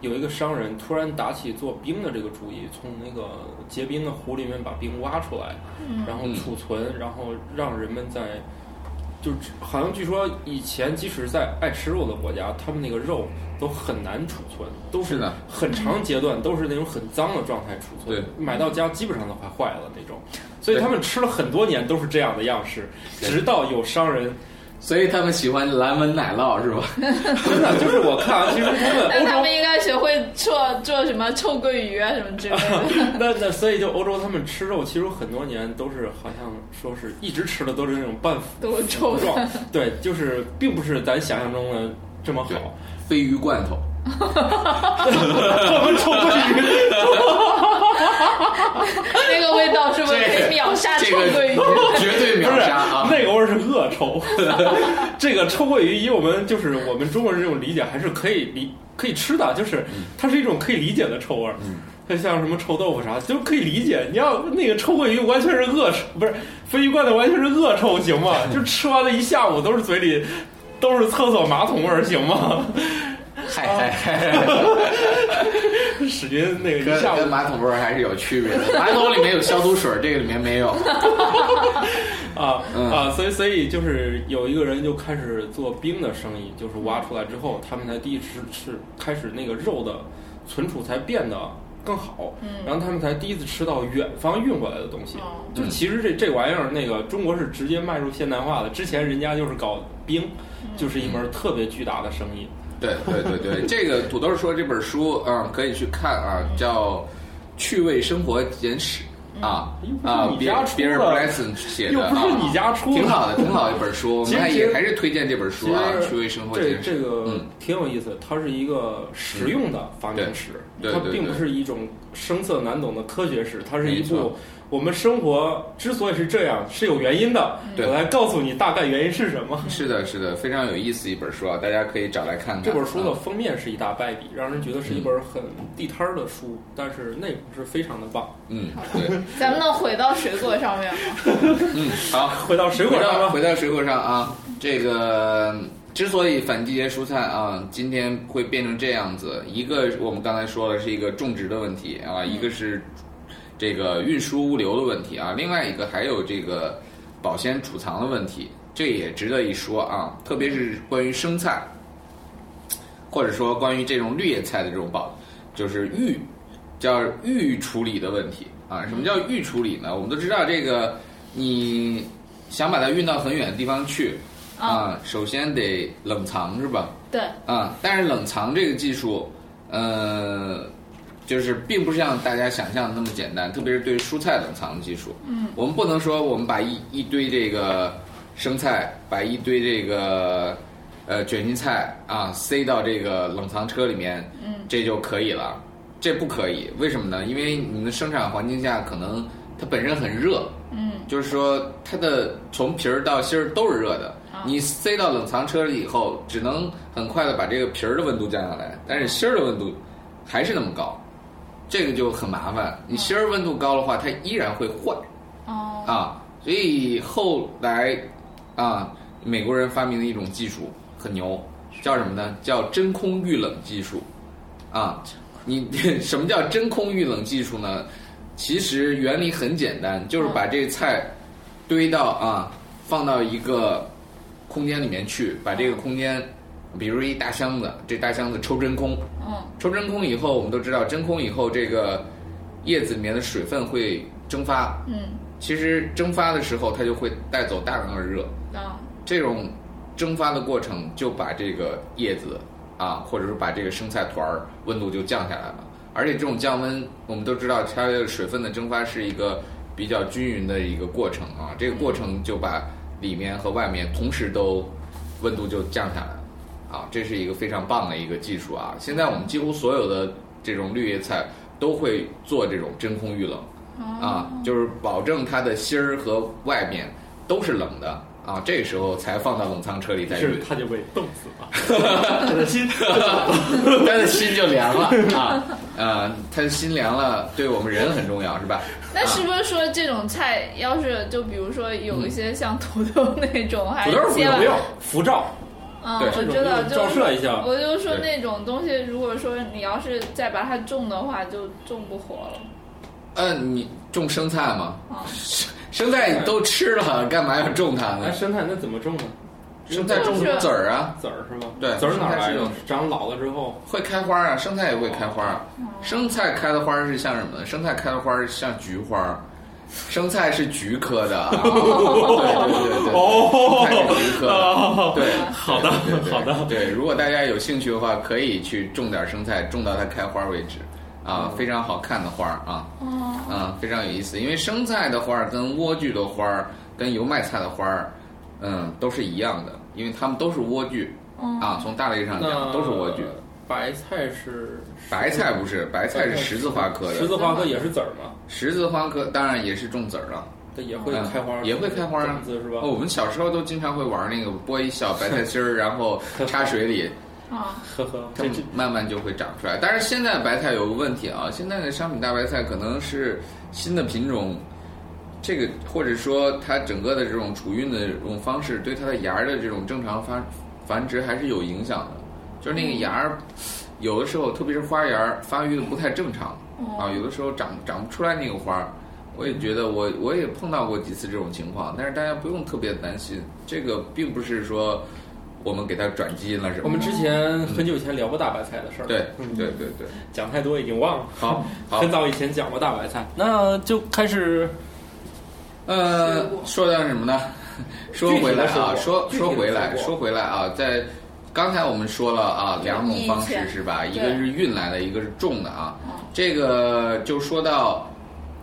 S3: 有一个商人突然打起做冰的这个主意，从那个结冰的湖里面把冰挖出来，然
S4: 嗯
S3: 后储存，然后让人们在。就是好像据说以前，即使在爱吃肉的国家，他们那个肉都很难储存，都
S4: 是
S3: 是
S4: 的
S3: 很长阶段都是那种很脏的状态储存，
S4: 嗯对
S3: 买到家基本上都快坏了那种。所以
S4: 对
S3: 他们吃了很多年都是这样的样式，
S4: 对
S3: 直到有商人，
S4: 所以他们喜欢蓝纹奶酪是吧？
S3: 真的就是我看啊，其实他们
S2: 但
S3: 欧
S2: 他
S3: 洲
S2: 们应该学会做做什么臭鳜鱼啊什么之类 的。
S3: 那那所以就欧洲他们吃肉，其实很多年都是好像说是一直吃的都是那种半腐
S2: 都是臭的
S3: 状，对，就是并不是咱想象中的这么
S4: 对
S3: 好。
S4: 鲱鱼罐 头，
S3: 我们臭鳜鱼，
S2: 那个味道是不是可以秒杀
S4: 这
S2: 臭鳜
S4: 个
S2: 鱼？
S4: 绝对秒
S3: 不是
S4: 杀啊！
S3: 那个味儿是恶臭， 这个臭鳜鱼以我们就是我们中国人这种理解还是可以理可以吃的，就是
S4: 嗯
S3: 它是一种可以理解的臭味儿。它像什么臭豆腐啥，就是可以理解。你要那个臭鳜鱼完全是恶臭，不是鲱鱼罐头完全是恶臭，行吗？就吃完了一下午都是嘴里都是厕所马桶味儿，行吗？
S4: 嗨嗨嗨，
S3: 史军那个一
S4: 跟
S3: 下午
S4: 跟马桶味儿还是有区别的。马桶里面有消毒水，这个里面没有。
S3: 啊、
S4: 嗯
S3: 啊，所以所以就是有一个人就开始做冰的生意，就是挖出来之后，他们才第一次是开始那个肉的存储才变得更好。
S2: 嗯
S3: 然后他们才第一次吃到远方运过来的东西。
S2: 哦
S3: 就其实这这玩意儿，那个中国是直接迈入现代化的，之前人家就是搞冰，
S2: 嗯
S3: 就是一门特别巨大的生意。
S4: 对对对对，这个土豆说这本书啊、嗯可以去看啊，叫《趣味生活简史》啊啊，
S3: 嗯又不是你
S4: 比
S3: 家
S4: 尔
S3: 出
S4: 比
S3: 的
S4: 尔布莱森写
S3: 又
S4: 的
S3: 不
S4: 啊，
S3: 是你家出的
S4: 挺好的，挺好的一本书，我
S3: 其实
S4: 们还
S3: 其实
S4: 也还是推荐这本书啊，《趣味生活
S3: 这
S4: 简史》
S3: 这个
S4: 嗯
S3: 挺有意思，它是一个实用的发明史，
S4: 对
S3: 它
S4: 对对
S3: 并不
S4: 对
S3: 是一种生涩难懂的科学史，它是
S4: 没
S3: 一部
S4: 错
S3: 我们生活之所以是这样是有原因的。
S4: 对
S3: 我来告诉你大概原因是什么。
S4: 嗯是的，是的，非常有意思一本书啊，大家可以找来看看。
S3: 这本书的
S4: 啊
S3: 封面是一大败笔，让人觉得
S4: 嗯
S3: 是一本很地摊儿的书，但是内容是非常的棒。
S4: 嗯，对，
S2: 咱们能回到水果上面吗？
S4: 嗯，好，
S3: 回到水
S4: 回
S3: 果上
S4: 到
S3: 吧，
S4: 回到水果上啊，这个之所以反季节蔬菜啊，今天会变成这样子，一个我们刚才说了是一个种植的问题啊，一个
S3: 嗯
S4: 是这个运输物流的问题啊，另外一个还有这个保鲜储藏的问题，这也值得一说啊，特别是关于生菜，或者说关于这种绿叶菜的这种保，就是预叫预处理的问题啊。什么叫预处理呢？我们都知道这个，你想把它运到很远的地方去啊，首先得冷藏是吧？
S2: 对，
S4: 啊，但是冷藏这个技术，呃，就是并不像大家想象的那么简单，特别是对蔬菜冷藏技术。嗯，我们不能说我们把一一堆这个生菜，把一堆这个呃卷心菜啊塞到这个冷藏车里面，嗯，这就可以了。这不可以，为什么呢？因为你们的生产环境下可能它本身很热，
S2: 嗯，
S4: 就是说它的从皮儿到芯儿都是热的。你塞到冷藏车里以后，只能很快的把这个皮儿的温度降下来，但是芯儿的温度还是那么高，这个就很麻烦。你芯儿温度高的话，它依然会坏
S2: 哦，
S4: 啊。所以后来啊，美国人发明了一种技术很牛，叫什么呢？叫真空预冷技术啊。你 什么叫真空预冷技术呢？其实原理很简单，就是把这菜堆到啊，放到一个空间里面去，把这个空间，比如一大箱子，这大箱子抽真空，
S2: 嗯，
S4: 抽真空以后，我们都知道，真空以后这个叶子里面的水分会蒸发，
S2: 嗯，
S4: 其实蒸发的时候它就会带走大量的热，
S2: 啊，
S4: 这种蒸发的过程就把这个叶子啊，或者是把这个生菜团儿温度就降下来了。而且这种降温，我们都知道，它的水分的蒸发是一个比较均匀的一个过程啊。这个过程就把里面和外面同时都温度就降下来了啊。这是一个非常棒的一个技术啊。现在我们几乎所有的这种绿叶菜都会做这种真空预冷。啊，
S2: 哦
S4: 就是保证它的芯儿和外面都是冷的啊，这时候才放到冷藏车里再
S5: 是
S4: 运，
S5: 他就被冻死了，他的心
S4: 它的心就凉了啊，呃，它的心凉了，对我们人很重要是吧？
S2: 那是不是说这种菜要是就比如说有一些像土豆那种，还
S3: 土
S2: 是
S3: 豆不
S2: 切
S3: 用
S2: 完
S3: 不，用辐照，
S2: 嗯，
S4: 对
S2: 我知道，
S3: 这种
S2: 就
S3: 照射一下
S2: 我就说
S4: 对
S2: 那种东西，如果说你要是再把它种的话，就种不活了。
S4: 呃，你种生菜吗？
S2: 啊，
S4: 生菜你都吃了，干嘛要种它
S3: 哎，
S4: 呢？
S3: 生菜那怎么种呢？
S4: 嗯生菜种
S2: 就是
S4: 籽儿啊，
S3: 籽儿是吗？
S4: 对
S3: 籽儿哪儿来
S4: 生
S3: 的
S4: 菜？
S3: 长老了之后，
S4: 会开花啊，生菜也会开花。生菜开的花是像什么呢？生菜开的花是像菊花。生菜是菊科的啊，对对对对，
S3: 哦
S4: 生菜是菊科的，对，
S3: 好的
S4: 对对对
S3: 好的
S4: 对，如果大家有兴趣的话，可以去种点生菜，种到它开花为止，啊，非常好看的花儿啊，啊，非常有意思，因为生菜的花儿跟莴苣的花儿跟油麦菜的花儿，嗯，都是一样的，因为它们都是莴苣，啊，从大类上
S3: 那
S4: 讲都是莴苣。
S3: 白菜是
S4: 白菜不是，白菜是十字花科
S3: 十
S4: 的，
S3: 字花科也是籽儿嘛，
S4: 十字花科当然也是种籽儿了，
S3: 它也会
S4: 嗯
S3: 开花，
S4: 也会开花啊
S3: 种子是吧
S4: 哦，？我们小时候都经常会玩那个剥一小白菜 心儿，然后插水里，
S2: 啊，
S3: 呵呵，
S4: 它
S3: 这这
S4: 慢慢就会长出来。但是现在白菜有个问题啊，现在的商品大白菜可能是新的品种，这个或者说它整个的这种储运的这种方式，对它的芽儿的这种正常繁繁殖还是有影响的。就是
S3: 嗯
S4: 那个芽儿，有的时候特别是花芽儿发育的不太正常
S2: 哦
S4: 啊，有的时候长长不出来那个花儿。我也觉得我我也碰到过几次这种情况，但是大家不用特别担心，这个并不是说我们给它转基因了，是吗？
S3: 我们之前很久以前聊过大白菜的事儿，
S4: 对对对 对，
S3: 讲太多已经忘了。
S4: 好好
S3: 很早以前讲过大白菜，那就开始
S4: 呃，说到什么呢？说回来啊，说
S3: 具体的水果
S4: 说回
S3: 具体
S4: 来，
S3: 的水果
S4: 说回来啊，在刚才我们说了啊，两种方
S2: 意
S4: 式
S2: 见
S4: 是吧？一
S2: 对
S4: 个是运来的，一个是种的啊
S2: 嗯。
S4: 这个就说到，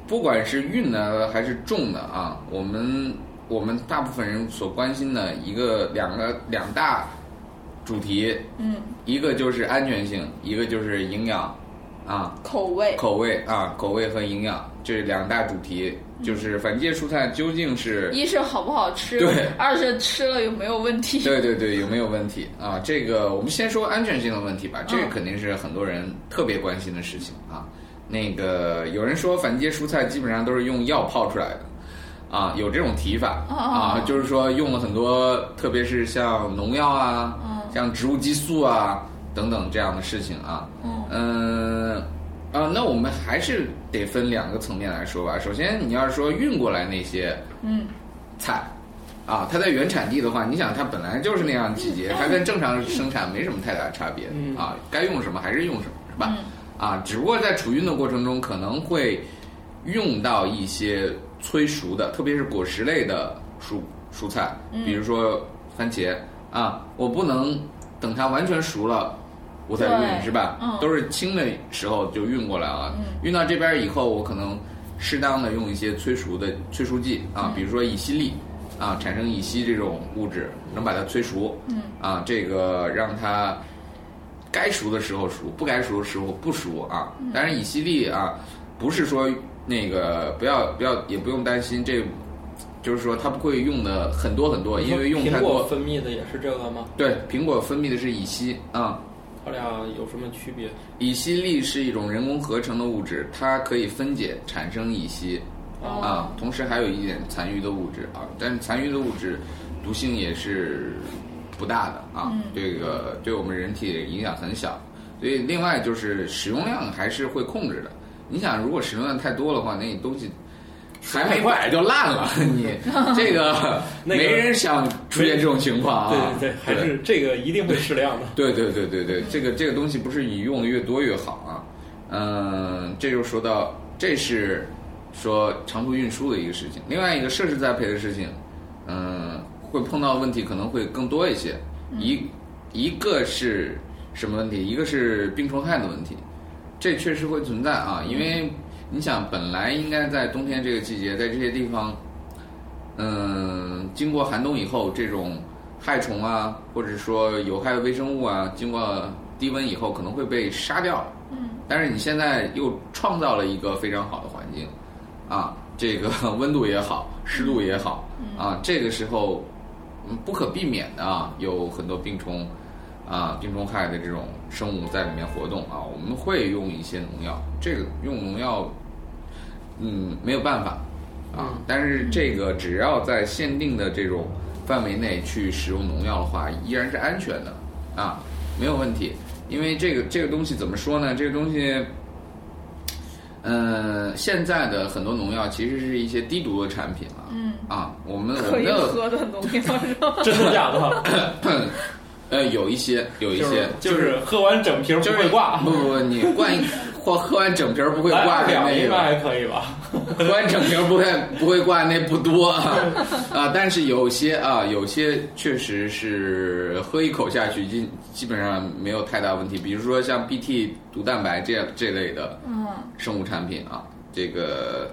S4: 不管是运来的还是种的啊，我们我们大部分人所关心的一个两个两大主题，
S2: 嗯，
S4: 一个就是安全性，一个就是营养啊。
S2: 口味，
S4: 口味啊，口味和营养这两大主题，就是反季蔬菜究竟是
S2: 一是好不好吃，
S4: 对
S2: 二是吃了有没有问题。
S4: 对对对有没有问题啊？这个我们先说安全性的问题吧，这
S2: 嗯
S4: 个肯定是很多人特别关心的事情啊。那个有人说反季蔬菜基本上都是用药泡出来的。啊，有这种提法
S2: 哦
S4: 啊，就是说用了很多，特别是像农药啊，
S2: 嗯
S4: 像植物激素啊等等这样的事情啊，
S2: 嗯
S4: 嗯，啊，那我们还是得分两个层面来说吧。首先，你要是说运过来那些
S2: 嗯，
S4: 菜，啊，它在原产地的话，你想它本来就是那样的季节，它跟正常生产没什么太大差别
S5: 嗯
S4: 啊，该用什么还是用什么，是
S2: 嗯
S4: 吧？啊，只不过在储运的过程中可能会用到一些催熟的，特别是果实类的蔬蔬菜，
S2: 嗯
S4: 比如说番茄啊，我不能等它完全熟了。我再运
S2: 对
S4: 是吧？
S2: 嗯
S4: 都是青的时候就运过来啊。运到这边以后，我可能适当的用一些催熟的催熟剂
S2: 嗯
S4: 啊，比如说乙烯粒啊，产生乙烯这种物质，能把它催熟。
S2: 嗯
S4: 啊，这个让它该熟的时候熟，不该熟的时候不熟啊。当然，乙烯粒啊，不是说那个不要不要，也不用担心这，就是说它不会用的很多很多，因为用
S3: 苹
S4: 太
S3: 果
S4: 多。
S3: 分泌的也是这个吗？
S4: 对，苹果分泌的是乙烯啊。
S3: 它俩有什么区别？
S4: 乙烯粒是一种人工合成的物质，它可以分解产生乙烯
S2: 哦
S4: 啊，同时还有一点残余的物质啊，但是残余的物质毒性也是不大的啊，这个对我们人体影响很小。所以另外就是使用量还是会控制的。你想，如果使用量太多的话，那你东西还没摆就烂了， 你这个
S3: 那个
S4: 没人想出现这种情况啊。
S3: 对对对，还是这个一定会适量的。
S4: 对对对对对，这个这个东西不是你用的越多越好啊。嗯，这就说到这是说长途运输的一个事情，另外一个设施栽培的事情，嗯，会碰到的问题可能会更多一些。一一个是什么问题？一个是病虫害的问题，这确实会存在啊，因为你想，本来应该在冬天这个季节，在这些地方，嗯，经过寒冬以后，这种害虫啊，或者说有害微生物啊，经过低温以后可能会被杀掉。
S2: 嗯，
S4: 但是你现在又创造了一个非常好的环境，啊，这个 温度也好，湿度也好，啊，这个时候嗯不可避免的啊，有很多病虫啊病虫害的这种生物在里面活动啊，我们会用一些农药，这个用农药，嗯，没有办法啊，但是这个只要在限定的这种范围内去使用农药的话，依然是安全的啊，没有问题，因为这个这个东西怎么说呢？这个东西。嗯，现在的很多农药其实是一些低毒的产品了。
S2: 嗯
S4: 啊，我们我
S2: 可
S4: 们
S2: 以
S4: 的
S2: 喝的农药是吧？
S3: 真的假的？
S4: 呃，有一些，有一些，
S3: 就是就是喝完整瓶不
S4: 就是
S3: 会挂，
S4: 不不不，你灌一 或喝完整瓶儿不会
S3: 来
S4: 挂
S3: 二两
S4: 那
S3: 应该还
S4: 个，
S3: 可以吧？
S4: 喝完整瓶儿不会不会挂那不多啊啊，但是有些啊，有些确实是喝一口下去，基基本上没有太大问题，比如说像 BT 毒蛋白这这类的
S2: 嗯，
S4: 生物产品啊，这个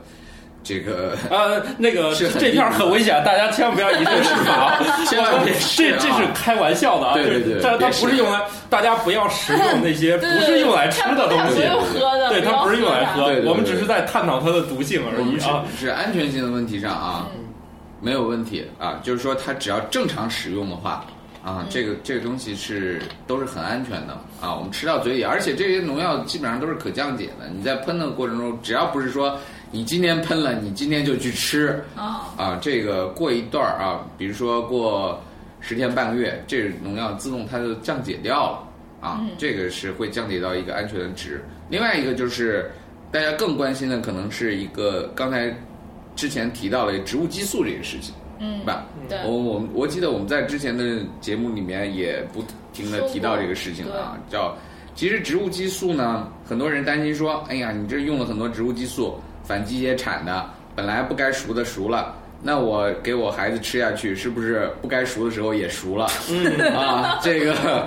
S4: 这个。
S3: 呃，那个
S4: 是很
S3: 这片儿
S4: 低
S3: 很危险，大家千万不要以身试法。
S4: 千万别试
S3: 这
S4: 啊
S3: 这是开玩笑的啊！
S4: 对对对
S3: 但它
S4: 别试
S3: 不是用来，大家不要食用那 些不是用来吃的东西
S2: 它，不是喝的，
S3: 对，它
S2: 不
S3: 不是用来
S2: 喝
S3: 喝
S4: 对对，对
S3: 我们只是在探讨它的毒性而
S4: 我
S3: 已
S4: 们
S3: 啊。嗯
S4: 是是安全性的问题上啊，没有问题啊，就是说它只要正常使用的话
S3: 嗯
S4: 啊，这个这个东西是都是很安全的啊，我们吃到嘴里，而且这些农药基本上都是可降解的，你在喷的过程中，只要不是说你今天喷了，你今天就去吃
S2: 啊。
S4: 啊，这个过一段儿啊，比如说过十天半个月，这农药自动它就降解掉了啊，这个是会降解到一个安全的值。另外一个就是大家更关心的可能是一个刚才之前提到的植物激素这个事情
S2: 嗯，
S4: 吧？
S2: 对，
S4: 我哦我们我记得我们在之前的节目里面也不停的提到这个事情啊，叫其实植物激素呢，很多人担心说，哎呀，你这用了很多植物激素，反季节产的，本来不该熟的熟了。那我给我孩子吃下去，是不是不该熟的时候也熟了？嗯 啊，这个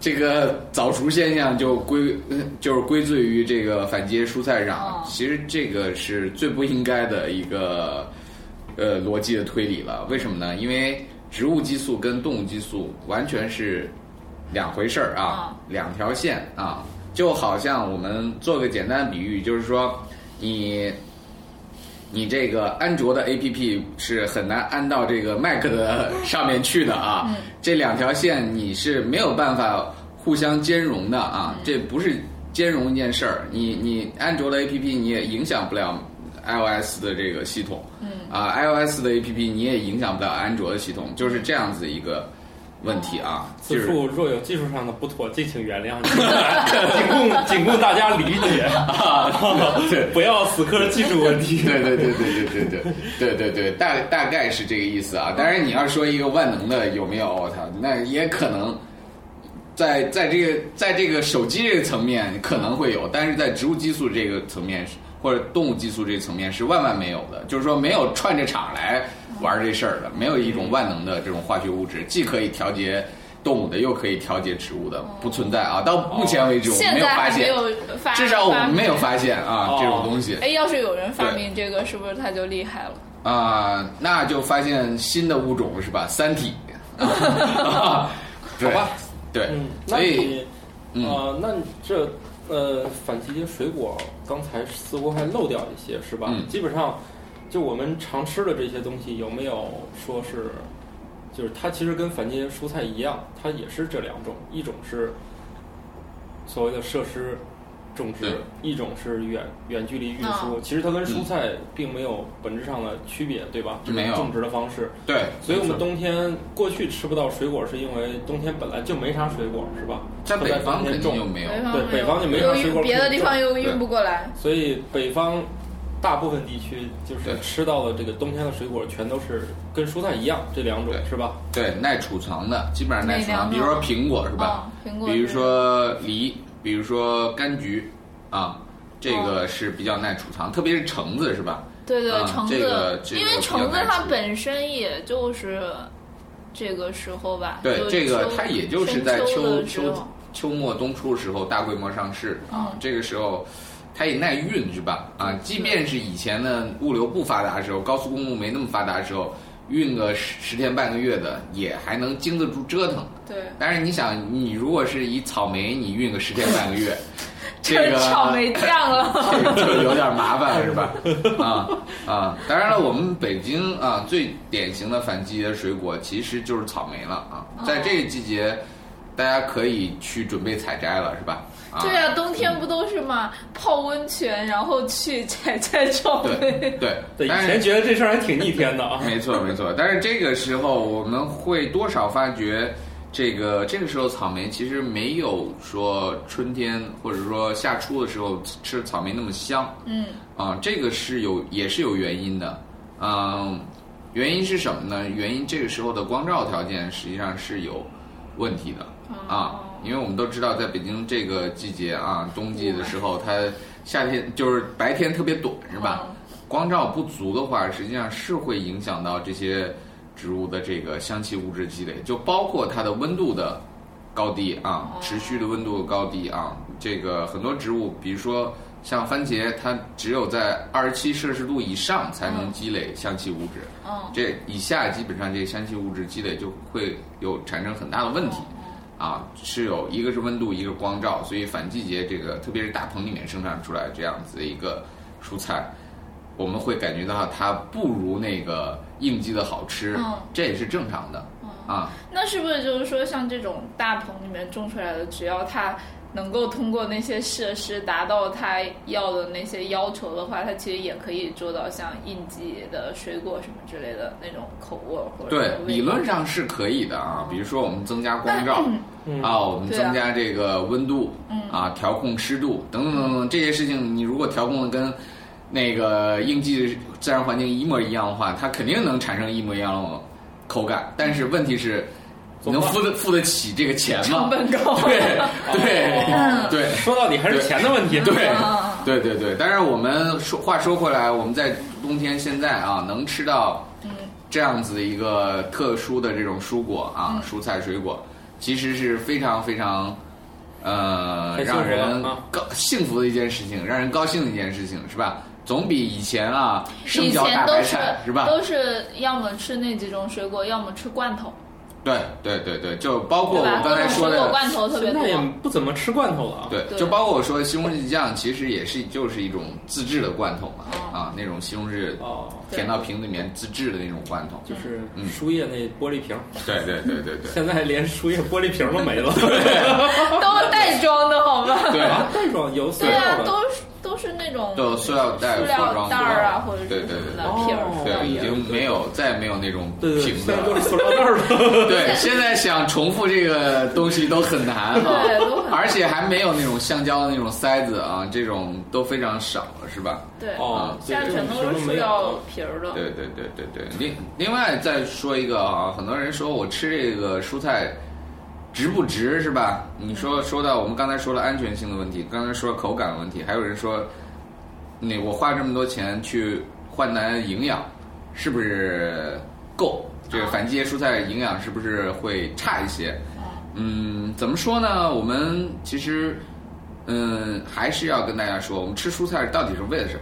S4: 这个早熟现象就归就是归罪于这个反季节蔬菜上。
S2: 哦
S4: 其实这个是最不应该的一个呃逻辑的推理了。为什么呢？因为植物激素跟动物激素完全是两回事儿啊，两条线啊。就好像我们做个简单的比喻，就是说你。你这个安卓的 APP 是很难安到这个 Mac 的上面去的啊，这两条线你是没有办法互相兼容的啊，这不是兼容一件事儿。你你安卓的 APP 你也影响不了 iOS 的这个系统，啊，iOS 的 APP 你也影响不了安卓的系统，就是这样子一个问题啊。就
S5: 此
S4: 是
S5: 处若有技术上的不妥，敬请原 谅，仅供仅供大家理解啊， 对，不要死磕技术问题。
S4: 对对对对对对对对对对，大大概是这个意思啊。当然，你要说一个万能的有没有，我操，那也可能在在这个在这个手机这个层面可能会有，但是在植物激素这个层面是或者动物激素这个层面是万万没有的，就是说没有串着场来玩这事儿的，没有一种万能的这种化学物质，既可以调节。动物的又可以调节植物的，不存在啊！到目前为止，我们
S2: 现
S4: 没有
S2: 在
S4: 发
S2: 还没
S4: 现，
S2: 有发，
S4: 至少我们没有
S2: 明。
S4: 发现啊这种
S5: 哦
S4: 东西。
S2: 哎，要是有人发明这个，是不是他就厉害了？
S4: 啊、那就发现新的物种是吧？三 体，啊
S5: 好吧，
S4: 对，
S5: 嗯，那
S4: 所以
S5: 你
S4: 嗯
S5: 啊，那你这呃反季节水果，刚才似乎还漏掉一些是吧
S4: 嗯？
S5: 基本上就我们常吃的这些东西，有没有说是就是它其实跟反季节蔬菜一样，它也是这两种，一种是所谓的设施种
S4: 对嗯
S5: 植，一种是远远距离运
S2: 啊
S5: 输。其实它跟蔬菜并没有本质上的区别，对吧？这种
S4: 没有
S5: 种植的方式。
S4: 对，
S5: 所以我们冬天过去吃不到水果，是因为冬天本来就没啥水果，是吧？
S4: 在北方
S5: 都在冬天
S4: 肯定就
S5: 种，
S4: 没有，
S2: 方
S5: 对
S2: 没
S5: 北
S2: 有
S5: 方就没
S2: 又
S5: 啥水
S2: 运
S5: 果
S2: 别
S5: 可
S2: 的
S5: 以
S2: 地方
S5: 种
S2: 又运不过来。
S5: 所以北方大部分地区就是
S4: 对
S5: 吃到的这个冬天的水果，全都是跟蔬菜一样这两种
S4: 对，
S5: 是吧？
S4: 对，耐储藏的，基本上耐储
S2: 哪两
S4: 藏，
S2: 种
S4: 比如说苹果是吧？
S2: 嗯啊苹果
S4: 比如说梨，比如说柑橘，啊，这
S2: 哦
S4: 个是比较耐储藏，特别是橙子是吧？
S2: 对对，
S4: 啊
S2: 橙子，
S4: 这个这个
S2: 因为橙
S4: 比
S2: 子
S4: 较难
S2: 它
S4: 吃
S2: 本身也就是这个时候吧。
S4: 对，
S2: 就
S4: 这个
S2: 秋
S4: 它也就是在
S2: 深秋
S4: 秋
S2: 的时
S4: 秋
S2: 候
S4: 秋末冬初的时候大规模上市啊
S2: 嗯，
S4: 这个时候它也耐运是吧？啊，即便是以前的物流不发达的时候，高速公路没那么发达的时候，运个十十天半个月的也还能经得住折腾。
S2: 对，
S4: 但是你想，你如果是以草莓，你运个十天半个月，这
S2: 就是
S4: 个
S2: 草莓酱了。
S4: 这个 就有点麻烦了，是 吧？啊啊，当然了，我们北京啊最典型的反季节水果其实就是草莓了啊，
S2: 哦
S4: 在这个季节，大家可以去准备采摘了，是吧？啊，
S2: 对啊，冬天不都是嘛？泡温泉，然后去采摘草莓。
S4: 对对，
S5: 对，以
S4: 但是
S5: 前觉得这事儿还挺逆天的 啊。
S4: 没错没错，但是这个时候我们会多少发觉，这个这个时候草莓其实没有说春天或者说夏初的时候吃草莓那么香，
S2: 嗯，
S4: 啊，这个是有也是有原因的，嗯，原因是什么呢？原因这个时候的光照条件实际上是有问题的
S2: 哦
S4: 啊，因为我们都知道，在北京这个季节啊，冬季的时候，它夏天就是白天特别短，是吧？
S2: 嗯
S4: 光照不足的话，实际上是会影响到这些植物的这个香气物质积累，就包括它的温度的高低啊，持续的温度的高低啊。这个很多植物，比如说像番茄，它只有在二十七摄氏度以上才能积累香气物质，
S2: 嗯，
S4: 这以下基本上这香气物质积累就会有产生很大的问题。
S2: 嗯
S4: 啊，是有一个是温度，一个光照，所以反季节这个，特别是大棚里面生长出来这样子的一个蔬菜，我们会感觉到它不如那个应季的好吃，
S2: 嗯
S4: 这也是正常的、啊。
S2: 那是不是就是说，像这种大棚里面种出来的，只要它能够通过那些设施达到它要的那些要求的话，它其实也可以做到像应季的水果什么之类的那种口味儿或者
S4: 对
S2: 是，味
S4: 理
S2: 道
S4: 论上是可以的啊，比如说我们增加光照。
S5: 嗯
S4: 啊，我们
S2: 对啊嗯
S4: 增加这个温度，啊，调控湿度等等等等这些事情，你如果调控的跟那个应季自然环境一模一样的话，它肯定能产生一模一样的口感。但是问题是，
S5: 做
S4: 能
S5: 饭
S4: 付得付得起这个钱
S2: 成
S4: 吗？
S2: 本高。
S4: 对
S2: 嗯
S4: 对对
S5: 说到底还是钱的问题。
S4: 对对对对。当然，我们说话说回来，我们在冬天现在啊，能吃到
S2: 嗯
S4: 这样子一个特殊的这种蔬果
S2: 嗯
S4: 啊，蔬菜水果，其实是非常非常。呃，
S5: 很幸福了
S4: 让人
S5: 啊
S4: 高幸福的一件事情，让人高兴的一件事情，是吧？总比以前啊生
S2: 以
S4: 嚼大
S2: 前
S4: 白
S2: 都是
S4: 菜是吧？
S2: 都是要么吃那几种水果，要么吃罐头，
S4: 对对对对，就包括
S2: 对
S4: 我
S2: 吧？各
S4: 刚才
S2: 种
S4: 说
S2: 水果
S4: 的，
S2: 罐头特别
S5: 现
S2: 多
S5: 在。也不怎么吃罐头了啊。
S4: 对，
S2: 对
S4: 就包括我说的西红柿酱，其实也是就是一种自制的罐头嘛，
S2: 哦
S4: 啊，那种西红柿
S5: 哦，
S4: 填到瓶子里面自制的那种罐头。
S5: 就是
S4: 嗯
S5: 输液那玻璃瓶，
S4: 对对 对对对
S5: 现在连输液玻璃瓶都没了。
S2: 都袋装的好吗？
S4: 对，
S5: 啊，袋装有塑
S2: 对
S5: 料
S2: 啊，
S5: 的。
S2: 都是都是那种
S4: 就塑料袋、
S2: 塑
S4: 包
S2: 料
S4: 装的
S2: 袋儿啊，或者
S4: 对
S2: 是
S4: 对
S2: 什么
S4: 对
S2: 的瓶儿。
S4: 对，已经没有再没有那种
S5: 对对，
S4: 瓶
S5: 现
S4: 子
S5: 在都是
S4: 了。
S5: 塑料袋儿的。
S4: 对，现在想重复这个东西都很难啊
S2: 对都很，难
S4: 而且还没有那种橡胶的那种塞子啊，这种都非常少了，是吧？
S2: 对，
S5: 哦，
S2: 现在全都是塑
S5: 没
S2: 料
S5: 有。
S2: 瓶儿的。
S4: 对对对对对，另另外再说一个啊，很多人说我吃这个蔬菜值不值是吧？你说说到我们刚才说了安全性的问题，刚才说口感的问题，还有人说，那我花这么多钱去换来营养，是不是够？这个反季节蔬菜营养是不是会差一些？嗯，怎么说呢？我们其实，嗯，还是要跟大家说，我们吃蔬菜到底是为了什么？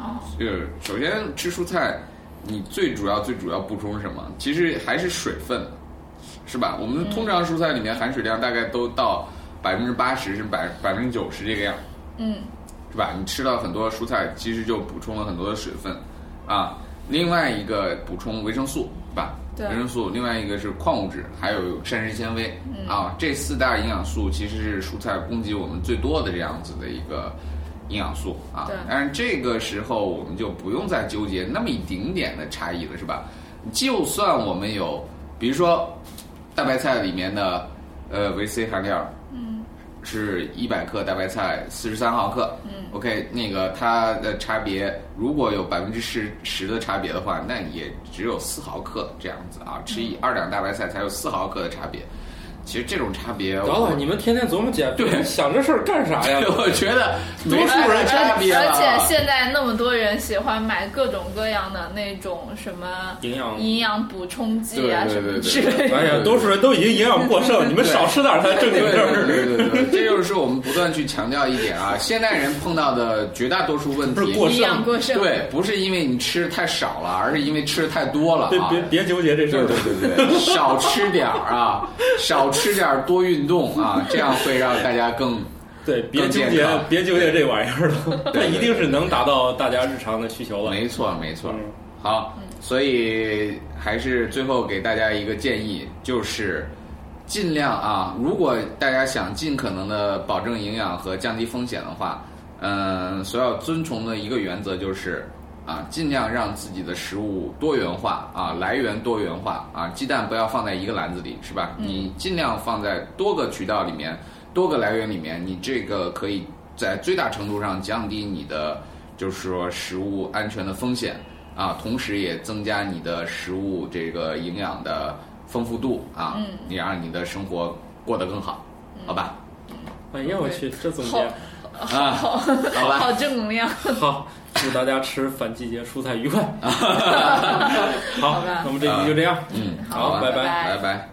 S2: 哦
S4: 就是首先吃蔬菜，你最主要最主要补充是什么？其实还是水分，是吧？我们通常蔬菜里面含水量大概都到百分之八十至百百分之九十这个样，
S2: 嗯，
S4: 是吧？你吃到很多蔬菜，其实就补充了很多的水分啊。另外一个补充维生素，是吧？
S2: 对
S4: 维生素，另外一个是矿物质，还有膳食纤维、
S2: 嗯
S4: 啊，这四大营养素其实是蔬菜供给我们最多的这样子的一个营养素啊
S2: 对。
S4: 但是这个时候我们就不用再纠结那么一丁点的差异了，是吧？就算我们有，比如说大白菜里面的呃维 C 含量，是一百克大白菜四十三毫克。嗯，OK，那个它的差别如果有百分之十十的差别的话，那也只有四毫克这样子啊，吃
S2: 嗯
S4: 一二两大白菜才有四毫克的差别。其实这种差别，
S5: 等
S4: 我
S5: 等，你们天天琢磨减
S4: 对？
S5: 肥，想这事儿干啥呀
S4: 我觉得多数人差别
S5: 啊
S4: 啊了
S2: 而且现在那么多人喜欢买各种各样的那种什么
S5: 营养
S2: 营养补充剂啊
S4: 对
S2: 什
S4: 对
S2: 么
S4: 对对
S2: 之类的。
S5: 哎呀，多数人都已经营养过剩，你们少吃点儿才正经
S4: 对
S5: 事儿。
S4: 对对对，这就是我们不断去强调一点 啊，现代人碰到的绝大多数问
S5: 不
S4: 题
S5: 是过
S2: 营养过剩，
S4: 对，不是因为你吃的太少了，而是因为吃的太多了
S5: 别
S4: 啊。
S5: 别别纠结这事
S4: 对
S5: 儿。
S4: 对对对，少吃点儿啊，少吃点儿，多运动啊，这样会让大家更
S5: 对，别
S4: 更
S5: 纠
S4: 健
S5: 结
S4: 康，
S5: 别纠结这玩意儿了，那一定是能达到大家日常的需求了。
S4: 没错没错
S5: 嗯。
S4: 好，所以还是最后给大家一个建议，就是尽量啊，如果大家想尽可能的保证营养和降低风险的话，嗯，所要遵从的一个原则就是。啊，尽量让自己的食物多元化啊，来源多元化啊，鸡蛋不要放在一个篮子里，是吧？你尽量放在多个渠道里面、多个来源里面，你这个可以在最大程度上降低你的就是说食物安全的风险啊，同时也增加你的食物这个营养的丰富度啊，
S2: 嗯
S4: 你让你的生活过得更好，
S5: 嗯
S4: 好吧？
S5: 哎呀，我去，这总
S2: 好
S5: 结
S4: 啊，好 吧
S2: 好，正能量。
S5: 好，祝大家吃反季节蔬菜愉 快。 好
S2: 好吧，
S5: 那么这期就这样。
S4: 嗯，
S5: 好
S4: 吧，
S5: 拜拜
S4: 拜拜。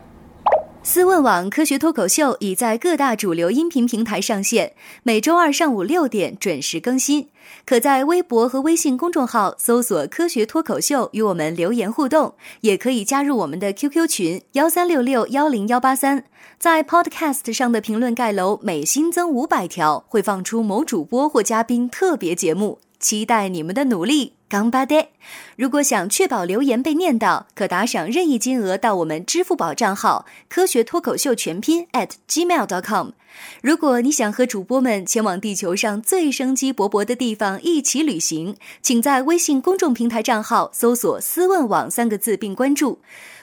S6: 思问网科学脱口秀已在各大主流音频平台上线，每周二上午六点准时更新。可在微博和微信公众号搜索“科学脱口秀”与我们留言互动，也可以加入我们的 QQ 群幺三六六幺零幺八三。在 Podcast 上的评论盖楼每新增五百条，会放出某主播或嘉宾特别节目，期待你们的努力。干巴爹！如果想确保留言被念到，可打赏任意金额到我们支付宝账号“科学脱口秀全拼 ”at gmail.com。如果你想和主播们前往地球上最生机勃勃的地方一起旅行，请在微信公众平台账号搜索“思问网”三个字并关注。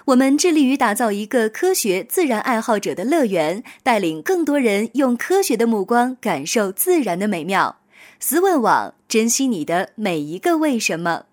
S6: 我们致力于打造一个科学自然爱好者的乐园，带领更多人用科学的目光感受自然的美妙。思问网珍惜你的每一个为什么。